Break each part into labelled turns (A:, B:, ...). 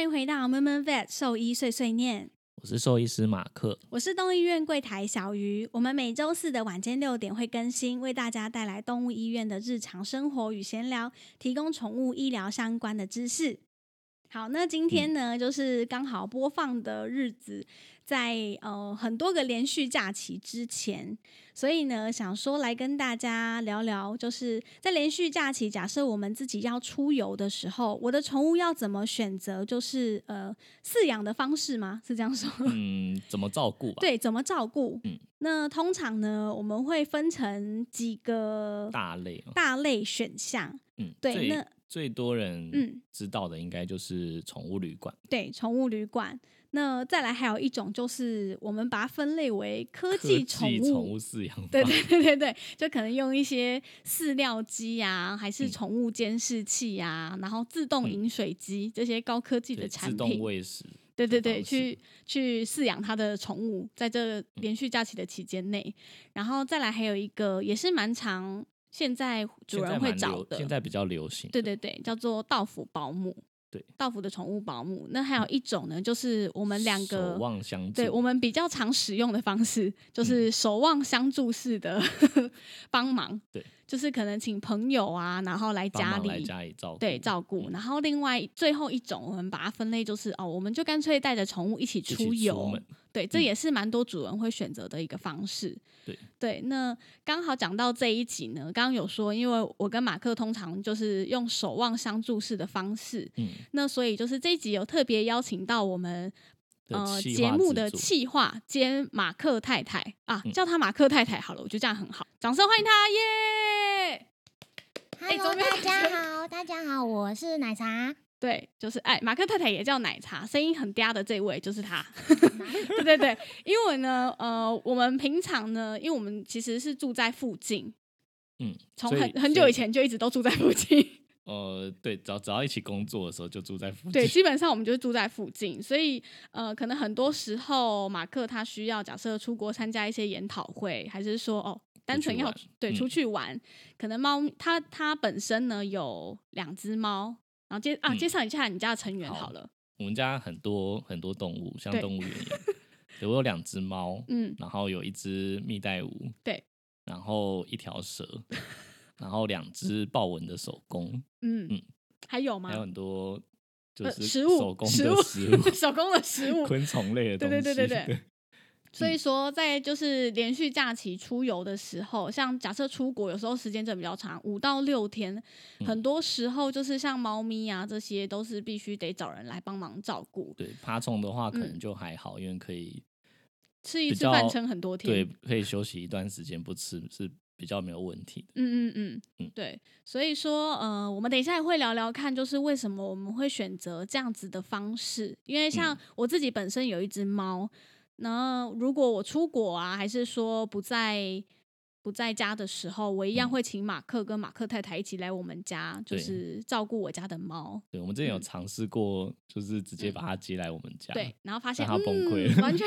A: 迎回到闷闷 vet 兽医碎碎念，
B: 我是兽医师马克。
A: 我是动物医院柜台小鱼。我们每周四的晚间六点会更新，为大家带来动物医院的日常生活与闲聊，提供宠物医疗相关的知识。好，那今天呢，就是刚好播放的日子在呃很多个连续假期之前，所以呢，想说来跟大家聊聊，就是在连续假期，假设我们自己要出游的时候，我的宠物要怎么选择，就是呃饲养的方式吗？是这样说？
B: 嗯，怎么照顾吧？，
A: 对，怎么照顾？
B: 嗯
A: 那通常呢，我们会分成几个
B: 大类哦。
A: 大类选项。
B: 嗯，
A: 对
B: 最
A: 那
B: 最多人
A: 嗯，
B: 知道的应该就是宠物旅馆、
A: 对，宠物旅馆。那再来还有一种就是，我们把它分类为科
B: 科技
A: 技宠物。
B: 宠 物饲养
A: 对
B: 法
A: 对对对对，就可能用一些饲料机啊，还是
B: 嗯
A: 宠物监视器啊，然后自动
B: 嗯
A: 饮水机、这些高科技的
B: 对
A: 产
B: 自
A: 品，
B: 动喂食。
A: 对对
B: 的
A: 对，
B: 方
A: 去
B: 式
A: 去饲养它的宠物，在
B: 嗯
A: 这连续假期的期间内，然后再来还有一个也是蛮常现在主
B: 现在
A: 人会
B: 蛮
A: 找
B: 流
A: 的，
B: 现在比较流行。
A: 对对对，叫做道府保姆，
B: 对，
A: 道府的宠物保姆。那还有一种呢，就是我
B: 我
A: 们两
B: 守
A: 个。
B: 望嗯相助。
A: 对我们比较常使用的方式，就是守望相助式的 帮忙，
B: 对，
A: 就是可能请朋友啊，然后来
B: 帮
A: 家
B: 忙
A: 里
B: 来家里照顾。
A: 对照
B: 嗯
A: 顾。然后另外最后一种，我们把它分类就是哦，我们就干脆带着宠物一起
B: 一起
A: 出游。
B: 门
A: 对，这
B: 嗯
A: 也是蛮多主人会选择的一个方式。
B: 对
A: 对，那刚好讲到这一集呢，刚刚有说，因为我跟马克通常就是用守望相助式的方式，
B: 嗯，
A: 那所以就是这一集有特别邀请到我们
B: 的
A: 呃
B: 企
A: 节
B: 划
A: 目
B: 制
A: 的
B: 作
A: 企划兼马克太太啊，
B: 嗯
A: 叫她马克太太好了，我觉得这样很好，掌声欢迎她耶！哎
C: Hello，
A: 怎么没有
C: 大家好，大家好，我是 奶茶。
A: 对，就是哎，马克太太也叫奶茶，声音很嗲的这位就是她。 对对对，因为呢，呃，我们平常呢，因为我们其实是住在附近，
B: 嗯，
A: 从
B: 所
A: 很
B: 以
A: 很
B: 所
A: 久以前就一直都住在附近。
B: 呃，对，只要只要一起工作的时候就住在附近。
A: 对，基本上我们就是住在附近，所以呃，可能很多时候马克他需要假设出国参加一些研讨会，还是说哦，单
B: 出去
A: 纯要
B: 玩
A: 对
B: 嗯
A: 出去玩，可能猫咪它它本身呢有两只猫，然后介啊
B: 嗯
A: 介绍一下你家的成员
B: 好
A: 好了，
B: 我们家很多很多动物，像
A: 对
B: 动物园一样。 对我有两只猫，
A: 嗯。
B: 然后有一只蜜袋鼯，
A: 对，
B: 然后一 条蛇，然后两只豹纹的手工，
A: 嗯
B: 嗯，
A: 还有吗？
B: 还有很多就
A: 呃
B: 是
A: 食物
B: 手工
A: 食
B: 的
A: 物，
B: 食物
A: 手工的食物。
B: 昆虫类的
A: 对对
B: 东西。嗯
A: 对对 对所以说，在就是连续假期出游的时候，像假设出国，有时候时间真的比较长，五到六天，
B: 嗯
A: 很多时候就是像猫咪啊这些，都是必须得找人来帮忙照顾，
B: 对爬虫的话可
A: 嗯
B: 能就还好，因为可以
A: 吃一
B: 比
A: 次饭
B: 较
A: 撑很多天。
B: 对可以休息一段时间不吃是比较没有问题的。
A: 嗯嗯嗯
B: 嗯，
A: 对，所以说，呃，我们等一下也会聊聊看，就是为什么我们会选择这样子的方式，因为
B: 嗯
A: 像我自己本身有一只猫，那如果我出国啊，还是说不在不在家的时候，我一样
B: 嗯
A: 会请马克跟马克太太一起来我们家，就
B: 对
A: 是照顾我家的猫，
B: 对，我们之前有
A: 嗯
B: 尝试过，就是直接
A: 嗯
B: 把它接来我们家，
A: 对，， 然后发现
B: 让它崩溃
A: 嗯，
B: 了
A: 完全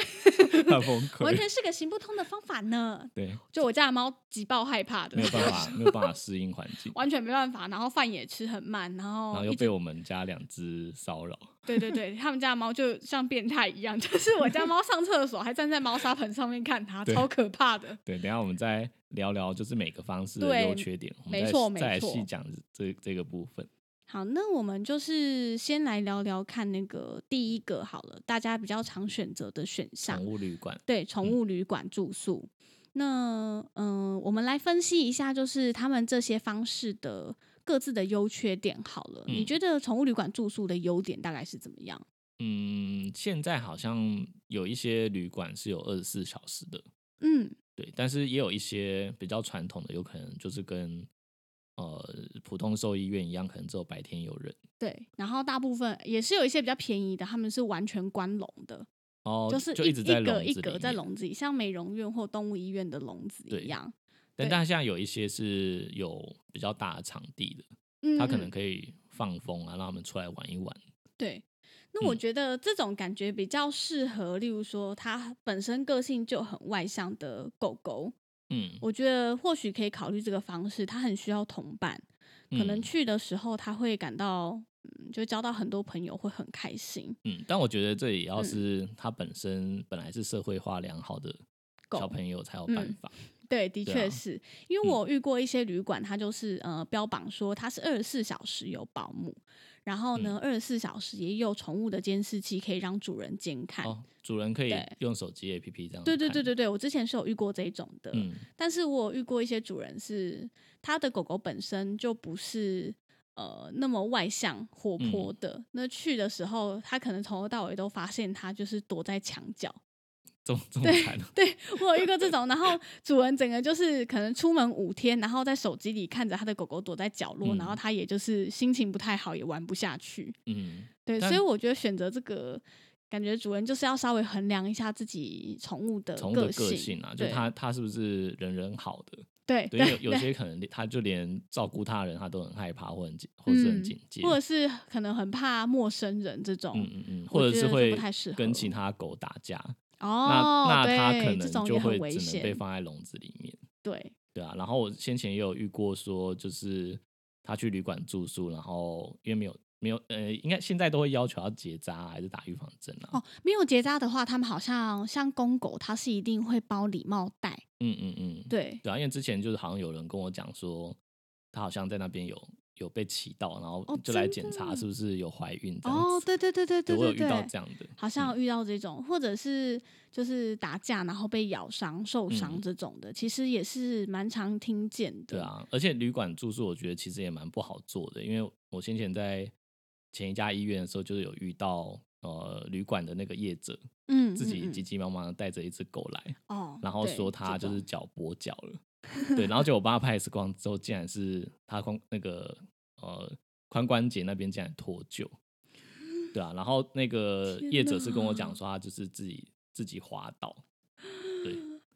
B: 它崩溃，
A: 完全是个行不通的方法呢，
B: 对，
A: 就我家的猫极爆害怕的
B: 没有，办法，没有办法适应环境，
A: 完全没办法，然后饭也吃很慢，然
B: 然
A: 后
B: 后
A: 一
B: 又
A: 直
B: 被我们家两只骚扰。
A: 对对对，他们家的猫就像变态一样，就是我家猫上厕所还站在猫砂盆上面看它，
B: 对
A: 超可怕的。
B: 对，等一下我们再聊聊，就是每个方式的
A: 对
B: 优缺点，我们
A: 没
B: 再
A: 错没
B: 再来
A: 错
B: 细讲这这个部分。
A: 好，那我们就是先来聊聊看那个第一个好了，大家比较常选择的选项
B: 宠，物嗯旅馆，
A: 对，宠物旅馆住宿。那嗯、呃我们来分析一下，就是他们这些方式的各自的优缺点好了。你
B: 嗯
A: 觉得宠物旅馆住宿的优点大概是怎么样？
B: 嗯，现在好像有一些旅馆是有二十四小时的，
A: 嗯
B: 对，但是也有一些比较传统的，有可能就是跟呃普通兽医院一样，可能只有白天有人。
A: 对，然后大部分也是有一些比较便宜的，他们是完全关笼的，
B: 哦，
A: 就是
B: 就
A: 一
B: 直在
A: 一
B: 笼
A: 格
B: 子
A: 一
B: 里
A: 格在
B: 面，
A: 笼子里，像美容院或动物医院的笼子
B: 对
A: 一样。
B: 但
A: 对
B: 但现在有一些是有比较大的场地的，
A: 嗯，
B: 它可能
A: 嗯
B: 可以放风啊，让他们出来玩一玩。
A: 对。那我
B: 嗯
A: 觉得这种感觉比较适合，例如说它本身个性就很外向的狗狗，
B: 嗯，
A: 我觉得或许可以考虑这个方式。它很需要同伴，可能
B: 嗯
A: 去的时候它会感到嗯，就交到很多朋友，会很开心。
B: 嗯，但我觉得这也要是他本身本来是社会化良好的
A: 狗嗯
B: 小朋友才有办法。
A: 对，的
B: 对
A: 确
B: 啊
A: 是、因为我遇过一些旅馆，它就是呃标榜说它是二十四小时有保姆，然后呢
B: 嗯
A: 二十四小时也有宠物的监视器可以让主人监看。
B: 哦，主人可以
A: 哎对
B: 用手机 APP 这样。
A: 对对对。对对，我之前是有遇过这一种的，
B: 嗯，
A: 但是我有遇过一些主人是他的狗狗本身就不是呃那么外向活
B: 嗯
A: 泼的，那去的时候他可能从头到尾都发现它就是躲在墙角，
B: 这么这么惨哦，
A: 对我有遇过这种，然后主人整个就是可能出门五天，然后在手机里看着他的狗狗躲在角落，
B: 嗯
A: 然后他也就是心情不太好，也玩不下去。
B: 嗯，
A: 对，
B: 但
A: 所以我觉得选择这个，感觉主人就是要稍微衡量一下自己宠物的
B: 宠物的
A: 性，
B: 个性啊，就
A: 对
B: 他他是不是人人好 的？
A: 对
B: 对，因为有有些可能他就连照顾他人他都很害怕或很警或是很
A: 嗯
B: 警戒，
A: 或者是可能很怕陌生人这种。
B: 嗯嗯嗯，
A: 我
B: 或者
A: 觉
B: 是
A: 得
B: 会
A: 不太适合
B: 跟其他狗打架，
A: 哦，
B: 那那他可
A: 对，这
B: 能
A: 种
B: 就
A: 也很
B: 会
A: 危
B: 只能被
A: 险。
B: 放在笼子里面，
A: 对，
B: 对啊。然后我先前也有遇过说，就是他去旅馆住宿，然后因为没有没有呃，应该现在都会要求要结扎啊还是打预防针啊？
A: 哦，没有结扎的话，他们好像像公狗，它是一定会包礼帽带。
B: 嗯嗯嗯，
A: 对，
B: 对啊，因为之前就是好像有人跟我讲说，他好像在那边有有被骑到，然后
A: 哦
B: 就来
A: 真
B: 检查
A: 的
B: 是不是有怀孕这样
A: 哦，
B: 子。
A: 对对对对对
B: 我有
A: 对
B: 遇到
A: 对
B: 这，样的，
A: 好像
B: 嗯
A: 有遇到这种，或者是就是打架然后被咬伤、受伤
B: 嗯
A: 这种的，其实也是蛮常听见的。
B: 对，啊，而且旅馆住宿我觉得其实也蛮不好做的，因为我先前在前一家医院的时候，就是有遇到呃旅馆的那个业者
A: 嗯，
B: 自己
A: 嗯嗯
B: 急急忙忙的带着一只狗来，
A: 哦，
B: 然后
A: 对
B: 说他
A: 这
B: 就是
A: 种
B: 脚跛脚 了，对，然后结果我帮他拍 X 光之后，竟然是他髋那个呃髋关节那边竟然脱臼，对啊，然后那个
A: 天
B: 业者是跟我
A: 哪
B: 讲说他就是自己自己滑倒，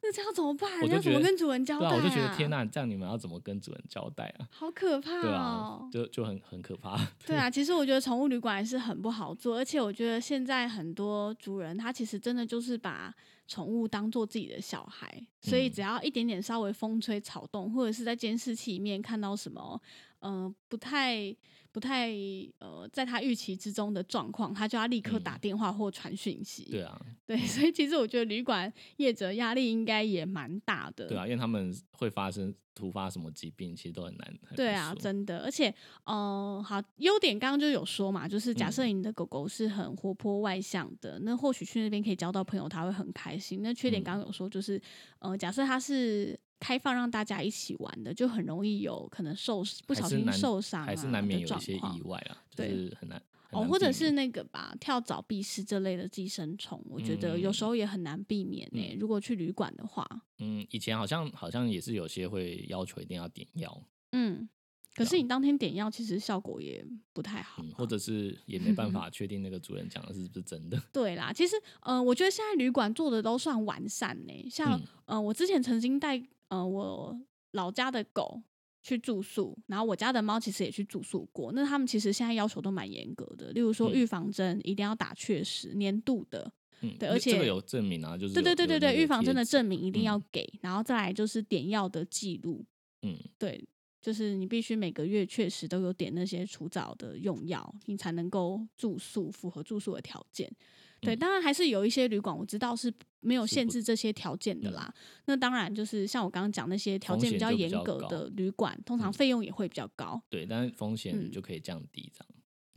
A: 那这样怎么办？
B: 我
A: 要
B: 就
A: 怎
B: 觉
A: 么
B: 得
A: 跟主人交代、
B: 对啊，我就觉得天，哪，这样你们要怎么跟主人交代啊？
A: 好可怕
B: 对啊
A: 哦，。
B: 就就很很可怕。
A: 对啊，其实我觉得宠物旅馆还是很不好做，而且我觉得现在很多主人他其实真的就是把宠物当做自己的小孩，所以
B: 嗯
A: 只要一点点稍微风吹草动，或者是在监视器里面看到什么，呃，不太不太呃，在他预期之中的状况，他就要立刻打
B: 嗯
A: 电话或传讯息。
B: 对啊，
A: 对所以其实我觉得旅馆业者压力应该也蛮大的。
B: 对啊，因为他们会发生突发什么疾病，其实都很难。很难
A: 对啊，
B: 说
A: 真的，而且，嗯、好，优点刚刚就有说嘛，就是假
B: 嗯
A: 设你的狗狗是很活泼外向的，那或许去那边可以交到朋友，它会很开心。那缺点
B: 嗯
A: 刚刚有说，就是，呃，假设它是开放让大家一起玩的，就很容易有可能受不
B: 还
A: 小
B: 是
A: 心
B: 难
A: 受伤、啊，
B: 还是难免有一些意。外啊，就
A: 对
B: 是很难。很
A: 哦，
B: 难
A: 或者
B: 避
A: 是
B: 免
A: 那个吧，跳蚤、蜱虱这类的寄生虫，我觉得有时
B: 嗯
A: 候也很难避免呢、
B: 嗯
A: 如果去旅馆的话，
B: 嗯，以前好像好像也是有些会要求一定要点药，
A: 嗯，可
B: 对
A: 是
B: 啊
A: 你当天点药，其实效果也不太好啊、
B: 嗯，或者是也没办法确定那个主人讲的是不是真的。
A: 对啦，其实呃，我觉得现在旅馆做的都算完善呢、像、
B: 嗯
A: 呃，我之前曾经带呃我老家的狗去住宿，然后我家的猫其实也去住宿过。那他们其实现在要求都蛮严格的，例如说
B: 嗯
A: 预防针一定要打确实年度的，
B: 嗯，
A: 对
B: 因为
A: 而
B: 这个
A: 且
B: 有证明啊，就是
A: 对对
B: 有
A: 对对对，预防针的，证明一定
B: 嗯
A: 要给，然后再来就是点药的记录，
B: 有那个贴纸
A: 对。就是你必须每个月确实都有点那些除蚤的用药，你才能够住宿符合住宿的条件。对，
B: 嗯
A: 当然还是有一些旅馆我知道是没有
B: 是
A: 限
B: 不嗯
A: 制这些条件的啦。那当然就是像我刚刚讲那些条
B: 风
A: 件比
B: 险
A: 较
B: 就比
A: 严
B: 较
A: 格
B: 高
A: 的旅馆，通常
B: 嗯
A: 费用也会比较高。
B: 嗯，对，但是风
A: 嗯
B: 险就可以降低这样。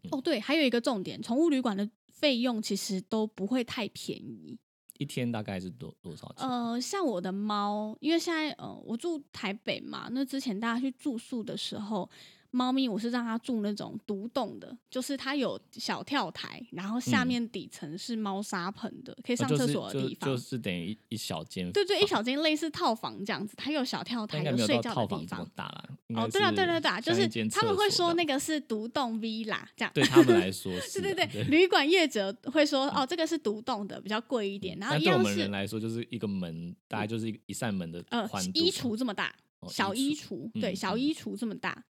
B: 嗯
A: 哦，对，还有一个重点，宠物旅馆的费用其实都不会太便宜。
B: 一天大概是多多少钱？
A: 呃，像我的猫，因为现在呃我住台北嘛，那之前大家去住宿的时候，猫咪我是让它住那种独栋的，就是它有小跳台，然后下
B: 嗯
A: 面底层是猫砂盆的，可以
B: 呃
A: 上
B: 就
A: 厕
B: 是
A: 所的
B: 就
A: 地方。
B: 就是等于一一小间，
A: 对对，一，小间类似套房这样子，它有小跳台，
B: 它应该没有
A: 睡
B: 到
A: 觉
B: 套
A: 的地
B: 房这么
A: 方。
B: 大啦。应
A: 哦，
B: 该
A: 对了，
B: 是
A: 对了，对了，就
B: 像一
A: 是
B: 间
A: 他们
B: 厕
A: 会
B: 所
A: 说
B: 这
A: 那
B: 样
A: 个是独栋 villa 这样。
B: 对他们来说是
A: 对
B: 啊，
A: 对对，
B: 对
A: 旅馆业者会说哦，这个是独栋的，比较贵一点，然后
B: 嗯但
A: 一
B: 对我
A: 样
B: 们
A: 是
B: 人来说，就是一个门，大概就是一一扇门的
A: 呃
B: 宽度。
A: 衣橱这么大，
B: 哦
A: 小衣
B: 衣
A: 橱，
B: 嗯
A: 对，小
B: 嗯
A: 衣橱这么大。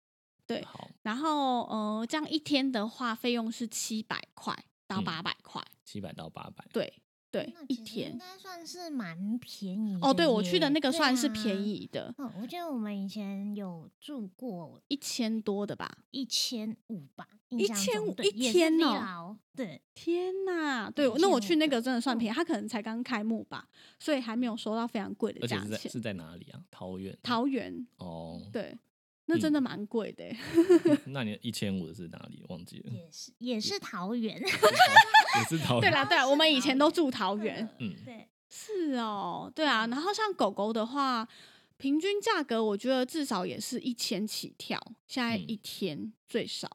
A: 对
B: 好，
A: 然后呃，这样一天的话，费用是七百块到
B: 嗯
A: 八百块。
B: 七百到八百。
A: 对，对
C: 那，
A: 一
C: 其实应
A: 天。
C: 该算是蛮便宜
A: 哦，对，我去的
C: 耶
A: 那个
C: 对
A: 算是
C: 啊
A: 便宜的，
C: 哦，我记得我们以前有住过
A: 一千多的吧。
C: 一千五吧，
D: 一
C: 印象
D: 千
C: 中
D: 五
C: 对
D: 一
C: 也是
D: 天
C: villa
D: 哦
C: 哦，对，
A: 天呐，对，
C: 一
A: 那
C: 千
A: 我
C: 五
A: 去那
C: 的
A: 个真的算
C: 嗯
A: 便宜，它可能才刚开幕吧，所以还没有收到非常贵的
B: 而且
A: 价
B: 是在
A: 钱。
B: 是在哪里啊？桃园。
A: 桃园，
B: 哦，
A: 对，那真的蛮贵 的欸、
B: 那你一千五的是哪里？忘记了。
A: 嗯
C: 也是也是桃园，
B: 也是桃
A: 对
B: 园。
A: 啦，
C: 哦
A: 对啦，我们以前都住 桃园，
B: 嗯
C: 对，
A: 是哦，对啊。然后像狗狗的话，平均价格我觉得至少也是一千起跳，现在
B: 嗯
A: 一天最少。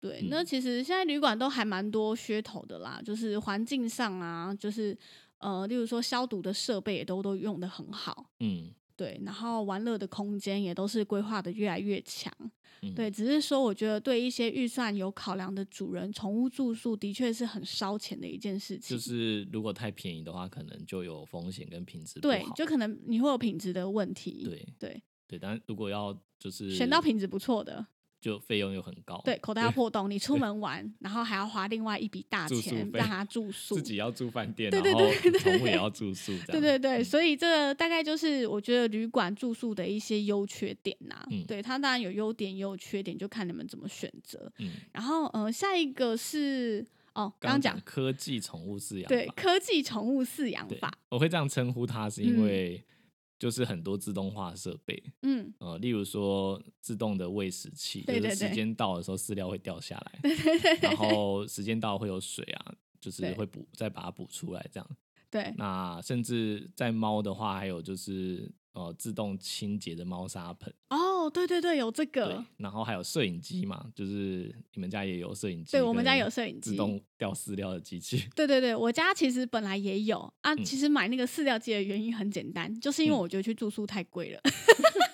A: 对，那
B: 嗯
A: 其实现在旅馆都还蛮多噱头的啦，就是环境上啊，就是呃，例如说消毒的设备也都都用的很好，
B: 嗯
A: 对，然后玩乐的空间也都是规划的越来越强，
B: 嗯，
A: 对，只是说我觉得对一些预算有考量的主人，宠物住宿的确是很烧钱的一件事情，
B: 就是如果太便宜的话，可能就有风险跟品质不
A: 对，
B: 好
A: 就可能你会有品质的问题，
B: 对
A: 对，
B: 对，但如果要就是哦
A: 选到品质不错的，
B: 就费用又很高，
A: 对，口袋要破洞，你出门玩，然后还要花另外一笔大
B: 住宿
A: 钱
B: 费
A: 让它住宿，
B: 自己啊要住饭店，
A: 对对
B: 然后
A: 对对
B: 宠物也要住宿，这
A: 对
B: 样嗯
A: 对对，所以这大概就是我觉得旅馆住宿的一些优缺点呐、
B: 嗯
A: 对，它当然有优点也有缺点，就看你们怎么选择。
B: 嗯，
A: 然后，呃，下一个是哦，刚刚讲
B: 科技宠物饲养
A: 对
B: 法
A: 科技宠物饲养
B: 对
A: 法，，
B: 我会这样称呼它是
A: 嗯
B: 因为就是很多自动化设备，
A: 嗯，
B: 呃，例如说自动的喂食器，
A: 对对
B: 就是
A: 对
B: 时间到的时候饲料会掉下来，然后时间到会有水啊，就是
A: 对
B: 会补再把它补出来这样。
A: 对，
B: 那甚至在猫的话，还有就是呃自动清洁的猫砂盆，
A: 哦，对对对，有这
B: 对
A: 个，，
B: 然后还有摄影机嘛，就是你们家也有摄影机，
A: 对我们家有摄影
B: 自
A: 机。
B: 动掉饲料的机器，
A: 对对对，我家其实本来也有啊。
B: 嗯
A: 其实买那个饲料机的原因很简单，就是因为
B: 嗯
A: 我觉得去住宿太贵了。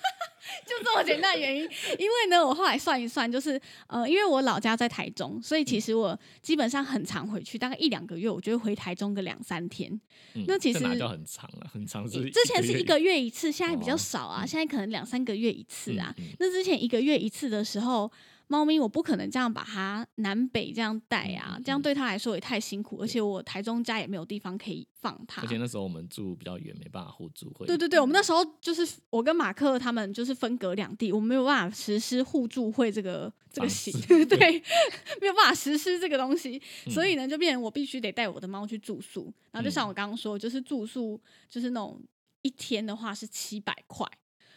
A: 就这么简单的原因，因为呢，我后来算一算，就是呃，因为我老家在台中，所以其
B: 嗯
A: 实我基本上很常回去，大概一两个月，我就会回台中个两三天。
B: 嗯
A: 那其
B: 这哪
A: 实
B: 叫很长了、很长是
A: 之前是
B: 月
A: 一个月一次，现在比较
B: 哦
A: 少啊，
B: 嗯
A: 现在可能两三个月一次啊。
B: 嗯嗯
A: 那之前一个月一次的时候，猫咪我不可能这样把它南北这样带啊，
B: 嗯嗯
A: 这样对它来说也太辛苦，而且我台中家也没有地方可以放它
B: 而。且那时候我们住比较远，没办法互助会，
A: 对对对，我们那时候就是我跟马克他们就是分隔两地，我们没有办法实施互助会这个这个
B: 方
A: 行，
B: 式
A: 对，没有办法实施这个东西，
B: 嗯
A: 所以呢，就变成我必须得带我的猫去住宿，然后就像
B: 嗯
A: 我刚刚说，就是住宿就是那种一天的话是七百块，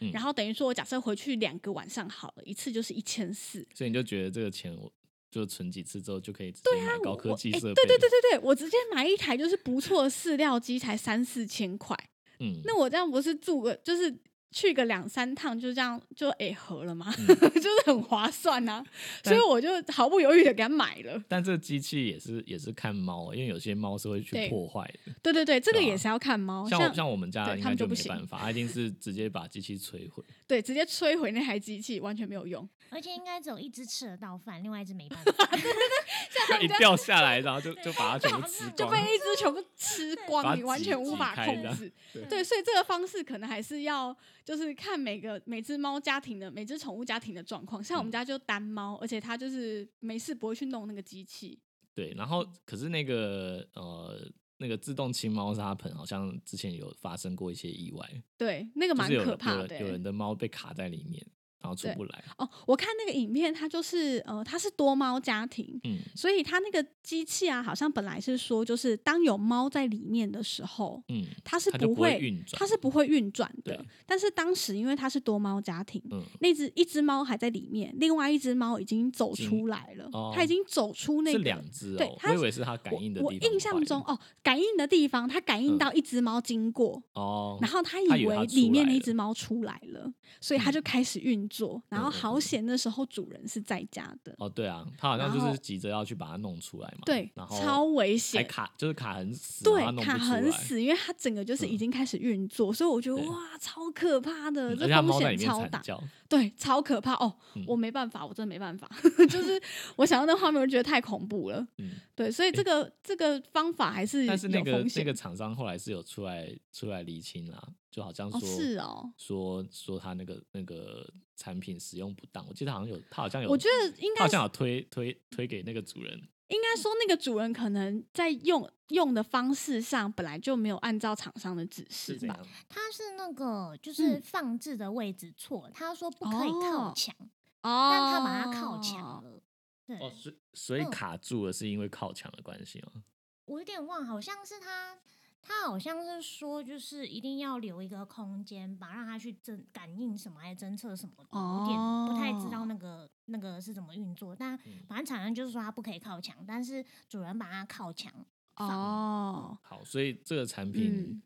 B: 嗯
A: 然后等于说我假设回去两个晚上好了，一次就是一千四，
B: 所以你就觉得这个钱我就存几次之后就可以直接买高科技
A: 我哎
B: 设备、
A: 对对对，对对，我直接买一台就是不错的饲料机，才三四千块。
B: 嗯，
A: 那我这样不是住个就是去个两三趟，就这样就诶合了吗？ 就是很划算呐、所
B: 嗯但
A: 以我就毫不犹豫的给它买了。
B: 但这机器也是也是看猫，啊因为有些猫是会
A: 对
B: 去破坏的，
A: 对对对，这个
B: 对啊
A: 也是要看猫，
B: 像我像我们家
A: 对
B: 应
A: 他
B: 该
A: 们就
B: 就
A: 不
B: 没
A: 行
B: 办法，它一定是直接把机器摧 毁。
A: 对直接摧毁那台机器完全没有用。
C: 而且应该只有一只吃得到饭，另外一只没办法，
A: 啊
B: 就一掉下来，然后就就把它全部吃
A: 就
B: 光
A: 被。一只全部吃
B: 啊把
A: 光，
B: 它
A: 你完
B: 挤
A: 全无
B: 挤
A: 法
B: 开
A: 控
B: 这样
A: 制。
B: 对
A: 对，所以这个方式可能还是要就是看每个每只猫家庭的每只宠物家庭的状况。像我们
B: 嗯
A: 家就单猫，而且它就是没事不会去弄那个机器。
B: 对，然后可是那个呃那个自动清猫砂盆，好像之前有发生过一些意外，
A: 对，那个
B: 就
A: 蛮
B: 是有
A: 可
B: 人
A: 怕的
B: 有人
A: 欸、
B: 有人的猫被卡在里面，然后出
A: 对
B: 不来。
A: 哦，我看那个影片，它就是呃，它是多猫家庭，
B: 嗯
A: 所以它那个机器啊，好像本来是说，就是当有猫在里面的时候，
B: 嗯，
A: 它是
B: 它就不
A: 会
B: 会运转
A: 它是不会运转的
B: 对。
A: 但是当时因为它是多猫家庭，
B: 嗯
A: 那只一只猫还在里面，另外一只猫已经走
B: 经
A: 出来了，
B: 哦
A: 它已经走出那
B: 是
A: 个
B: 两只
A: 对
B: 哦，
A: 它
B: 我以
A: 是
B: 为是它感
A: 我
B: 应的
A: 我
B: 地方坏了。
A: 印象中哦，感应的地方，它感应
B: 嗯
A: 到一只猫经过，
B: 哦，
A: 然后他
B: 他
A: 以
B: 以
A: 为
B: 为他出
A: 里面
B: 来
A: 那
B: 了嗯
A: 只猫出来了，所以他就开始运作。然后
B: 嗯嗯
A: 好
B: 嗯
A: 险，那时候主人是在家的，
B: 哦对啊，它好像
A: 然
B: 就
A: 后
B: 是急着要去把它弄出来嘛。
A: 对
B: 然，后
A: 超危
B: 还
A: 险，
B: 卡就是卡很死，然后
A: 对，
B: 它弄
A: 卡
B: 不出
A: 很
B: 来。
A: 死，因为它整个就是已
B: 嗯
A: 经开始运作，所以我觉得
B: 对
A: 哇，超可怕
B: 嗯
A: 的，
B: 而
A: 这
B: 且它
A: 风
B: 猫在
A: 险
B: 里面
A: 超大
B: 惨，叫，
A: 对，超可怕哦
B: 嗯！
A: 我没办法，我真的没办法， 就是我想到那画面，我就觉得太恐怖了。
B: 嗯，
A: 对，所以这个这个方法还是有
B: 但是那个
A: 风
B: 那
A: 险
B: 个厂商后来是有出来出来厘清啦，就好像
A: 哦
B: 说、
A: 是哦。
B: 说说他那个那个产品使用不当，我记得好像有他好像有，
A: 我觉得应
B: 他好
A: 该
B: 像有推推推给那个主人，
A: 应该说那个主人可能在用用的方式上本来就没有按照厂商的指示
B: 是这
A: 吧，
B: 样。
C: 它是那个就是
A: 嗯
C: 放置的位置错，他说不可以
A: 哦
C: 靠墙，
A: 哦
C: 但他把它靠墙了。对，
B: 哦，所以所以
C: 嗯
B: 卡住了是因为靠墙的关系吗？
C: 我有点忘，好像是他，他好像是说，就是一定要留一个空间吧，让他去侦感应什么，还是侦测什么的，有点不太知
A: 哦
C: 道那个那个是怎么运作。但
B: 嗯
C: 反正厂商就是说他不可以靠墙，但是主人把它靠墙，
A: 哦，
B: 好，所以这个产
A: 嗯
B: 品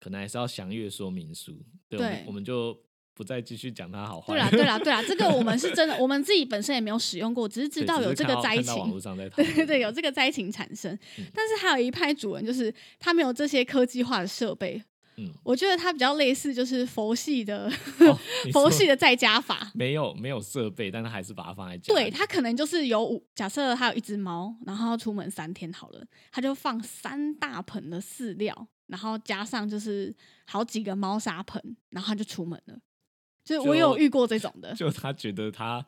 B: 可能还是要详阅说明书。对，我们
A: 对
B: 我们就不再继续讲它好坏。
A: 对啦，对啦，对啦，这个我们是真的，我们自己本身也没有使用过，只是知
B: 对
A: 道
B: 只
A: 有
B: 是
A: 这
B: 看
A: 个
B: 到
A: 灾
B: 看到网
A: 情。
B: 络上在讨
A: 对
B: 论
A: 对对，有这个灾情产生，
B: 嗯
A: 但是还有一派主人，就是他没有这些科技化的设备，
B: 嗯，
A: 我觉得他比较类似就是佛系的、
B: 哦你
A: 佛
B: 说
A: 系的在家法，
B: 没有没有设备，但他还是把它放在家里。
A: 对他可能就是有五，假设他有一只猫，然后出门三天好了，他就放三大盆的饲料，然后加上就是好几个猫砂盆，然后他就出门了。就是我
B: 就
A: 有遇过这种的，
B: 就他觉得他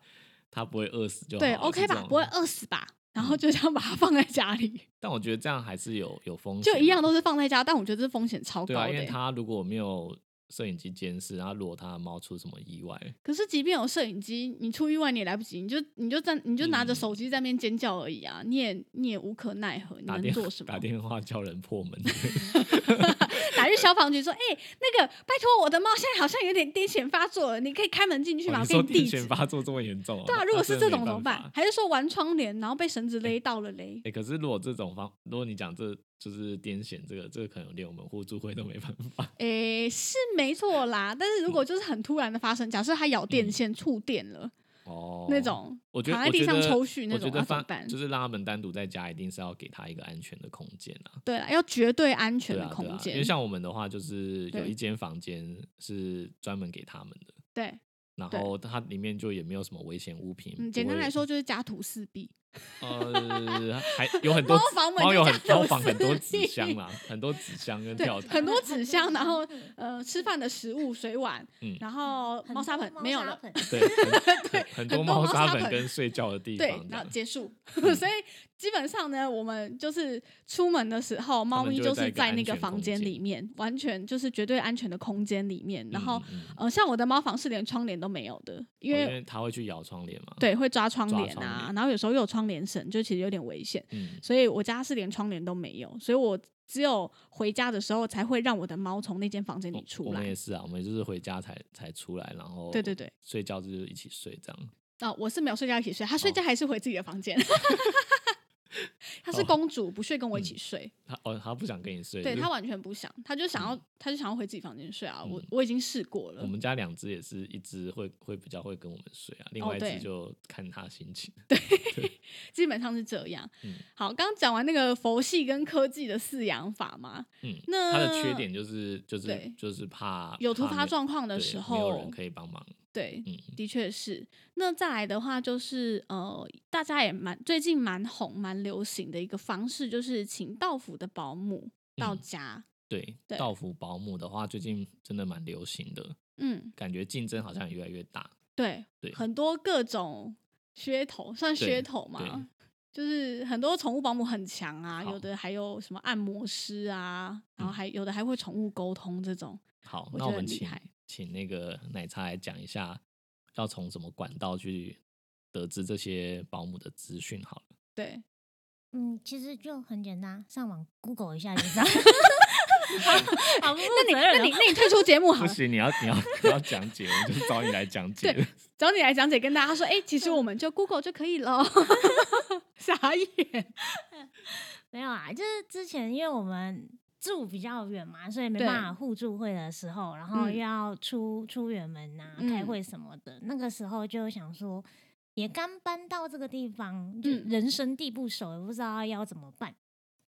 B: 他不会饿死就好
A: 对
B: 了
A: ，OK
B: 是这嗯
A: 吧，
B: 种
A: 不会饿死吧？然后就这样把它 放在家 里，
B: 但我觉得这样还是有有风险
A: 就
B: 的，
A: 一样都是放在家，但我觉得这风险超
B: 啊对
A: 高的
B: 啊，
A: 欸、
B: 因为他如果没有摄影机监视，然后如果他的猫出什么意外，
A: 可是即便有摄影机，你出意外你也来不及，你就你就在你就拿着
B: 嗯
A: 手机在那边尖叫而已啊，你也你也无可奈何，你
B: 打
A: 能
B: 电
A: 做什么？
B: 打电话叫人破门，
A: 打去消防局说：“哎、那个，拜托，我的猫现在好像有点癫痫发作了，你可以开门进去吗？
B: 哦
A: 我
B: 你
A: 给
B: 说
A: 你
B: 癫
A: 地址
B: 痫。发作这么严重、”哦
A: 对啊，
B: 那
A: 如果是这种怎么？
B: 那真的没
A: 办？
B: 法
A: 还是说玩窗帘，然后被绳子勒到了 嘞？
B: 哎、可是如果这种方，如果你讲这就是癫痫，这个这个可能连我们互助会都没办法。
A: 诶、是没错啦。但是如果就是很突然的发生，假设它咬电线触电了、
B: 哦，
A: 那种，
B: 我觉得
A: 躺
B: 我
A: 在地
B: 觉
A: 上
B: 得
A: 抽搐那
B: 我觉
A: 种，
B: 得
A: 要怎
B: 放
A: 么办？
B: 就是让他们单独在家，一定是要给他一个安全的空间啊。
A: 对啦，要绝对安全
B: 对
A: 的
B: 啊，对
A: 空
B: 啊，
A: 间、
B: 因为像我们的话，就是有
A: 对
B: 一间房间是专门给他们的，
A: 对，
B: 然
A: 对
B: 后它里面就也没有什么危险物品。
A: 嗯，
B: 不
A: 简单
B: 会
A: 来，说就是家徒四壁。
B: 呃，还 有很多
A: 猫房门
B: 猫
A: 就
B: 有
A: 叫
B: 很猫
A: 做
B: 房很
A: 私
B: 多纸
A: 立
B: 箱啦，很多纸箱跟
A: 对
B: 跳蚤。
A: 很多纸箱，然后 呃，吃饭的食物、水碗，
B: 嗯
A: 然后
C: 很
A: 猫砂
C: 多
A: 盆没有了
C: 砂。 盆，
B: 对，很很很
A: 多
B: 多
A: 猫
B: 猫
A: 砂
B: 砂粉
A: 盆
B: 跟睡觉的地
A: 对
B: 方，这
A: 然后
B: 样，嗯
A: 结束。 所以基本上呢，我们就是出门的时候，猫
B: 们
A: 咪
B: 就会在
A: 是
B: 一个
A: 在
B: 安
A: 那个
B: 全
A: 房
B: 空
A: 间
B: 间
A: 里面，完全就是绝对安全的空间里面。然后，
B: 嗯嗯哦
A: 呃，像我的猫房是连窗帘都没有的，因
B: 哦因
A: 为、
B: 为它会去咬窗帘嘛。，
A: 对会抓窗
B: 抓
A: 帘
B: 窗
A: 啊，
B: 帘
A: 然后有时候又有窗帘绳，就其实有点危险。
B: 嗯，
A: 所以我家是连窗帘都没有，所以我只有回家的时候才会让我的猫从那间房间里
B: 我
A: 出
B: 我们
A: 来
B: 也。是啊，我们就是回家才才出来，然后
A: 对对对，
B: 睡觉就是一起睡这样。
A: 哦，我是没有睡觉一起睡，它睡
B: 哦
A: 觉还是回自己的房 间。 它是
B: 哦
A: 公主，不睡跟我一起睡。
B: 它哦，它不想跟你睡，
A: 对
B: 就
A: 他完全不想，他就想要，他就想要回自己房间睡啊。我
B: 嗯
A: 我已经试过
B: 我
A: 了，
B: 们家两只也是一只会会比较会跟我们睡啊，另
A: 哦
B: 外一
A: 对
B: 只就看它 心情。
A: 基本上是这样
B: 嗯。
A: 好，刚刚讲完那个佛系跟科技的饲养法嘛，
B: 嗯，
A: 那
B: 它的缺点就是就是
A: 对
B: 就是怕
A: 有突
B: 怕
A: 发
B: 没
A: 状况的
B: 对
A: 时
B: 没有
A: 候
B: 人，可以帮忙。
A: 对，
B: 嗯，
A: 的确是。那再来的话，就是呃，大家也蛮最近蛮红、蛮流行的一个方式，就是请到府的保姆到
B: 嗯
A: 家。
B: 对，
A: 对
B: 道服保姆的话，最近真的蛮流行的，
A: 嗯，
B: 感觉竞争好像也越来越大。
A: 对，
B: 对
A: 很多各种噱头，算
B: 对
A: 噱头
B: 对
A: 嘛，就是很多宠物保姆很强啊，有
B: 好
A: 的还有什么按摩师啊，然后
B: 嗯
A: 还有的还会宠物沟通这种。
B: 好，
A: 我觉
B: 那我
A: 得很
B: 们
A: 厉
B: 请
A: 害
B: 请那个奶茶来讲一下，要从什么管道去得知这些保姆的资讯好了。
A: 对，
C: 嗯，其实就很简单，上网 Google 一下就知 道。
A: 那
C: 好，
A: 你
C: 哦
A: 那你那 你退出节目好
B: 不
A: 了，
B: 行，你要你要你要讲解，我就找你来讲 解。
A: 对找你来讲解，跟大家说，哎、其
C: 嗯
A: 实我们就 Google 就可以 了。傻眼，
C: 没有啊，就是之前因为我们住比较远嘛，所以没
A: 对
C: 办法互助会的时候，然后
A: 嗯
C: 又要出、出远门呐、
A: 嗯
C: 开会什么的，那个时候就想说。也刚搬到这个地方，就
A: 嗯
C: 人生地不熟，也不知道要怎么办。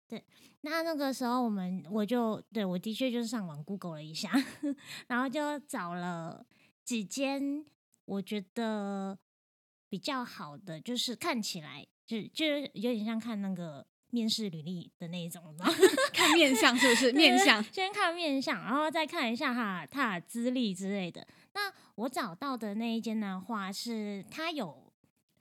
C: 对，那那个时候我们我就对我的确就是上网 Google 了一下， 然后就找了几间我觉得比较好的，就是看起来就就是有点像看那个面试履历的那一种，你知道吗
A: 看面相是不是？面相，
C: 先看面相，然后再看一下他他的资历之类的。那我找到的那一间的话是，他有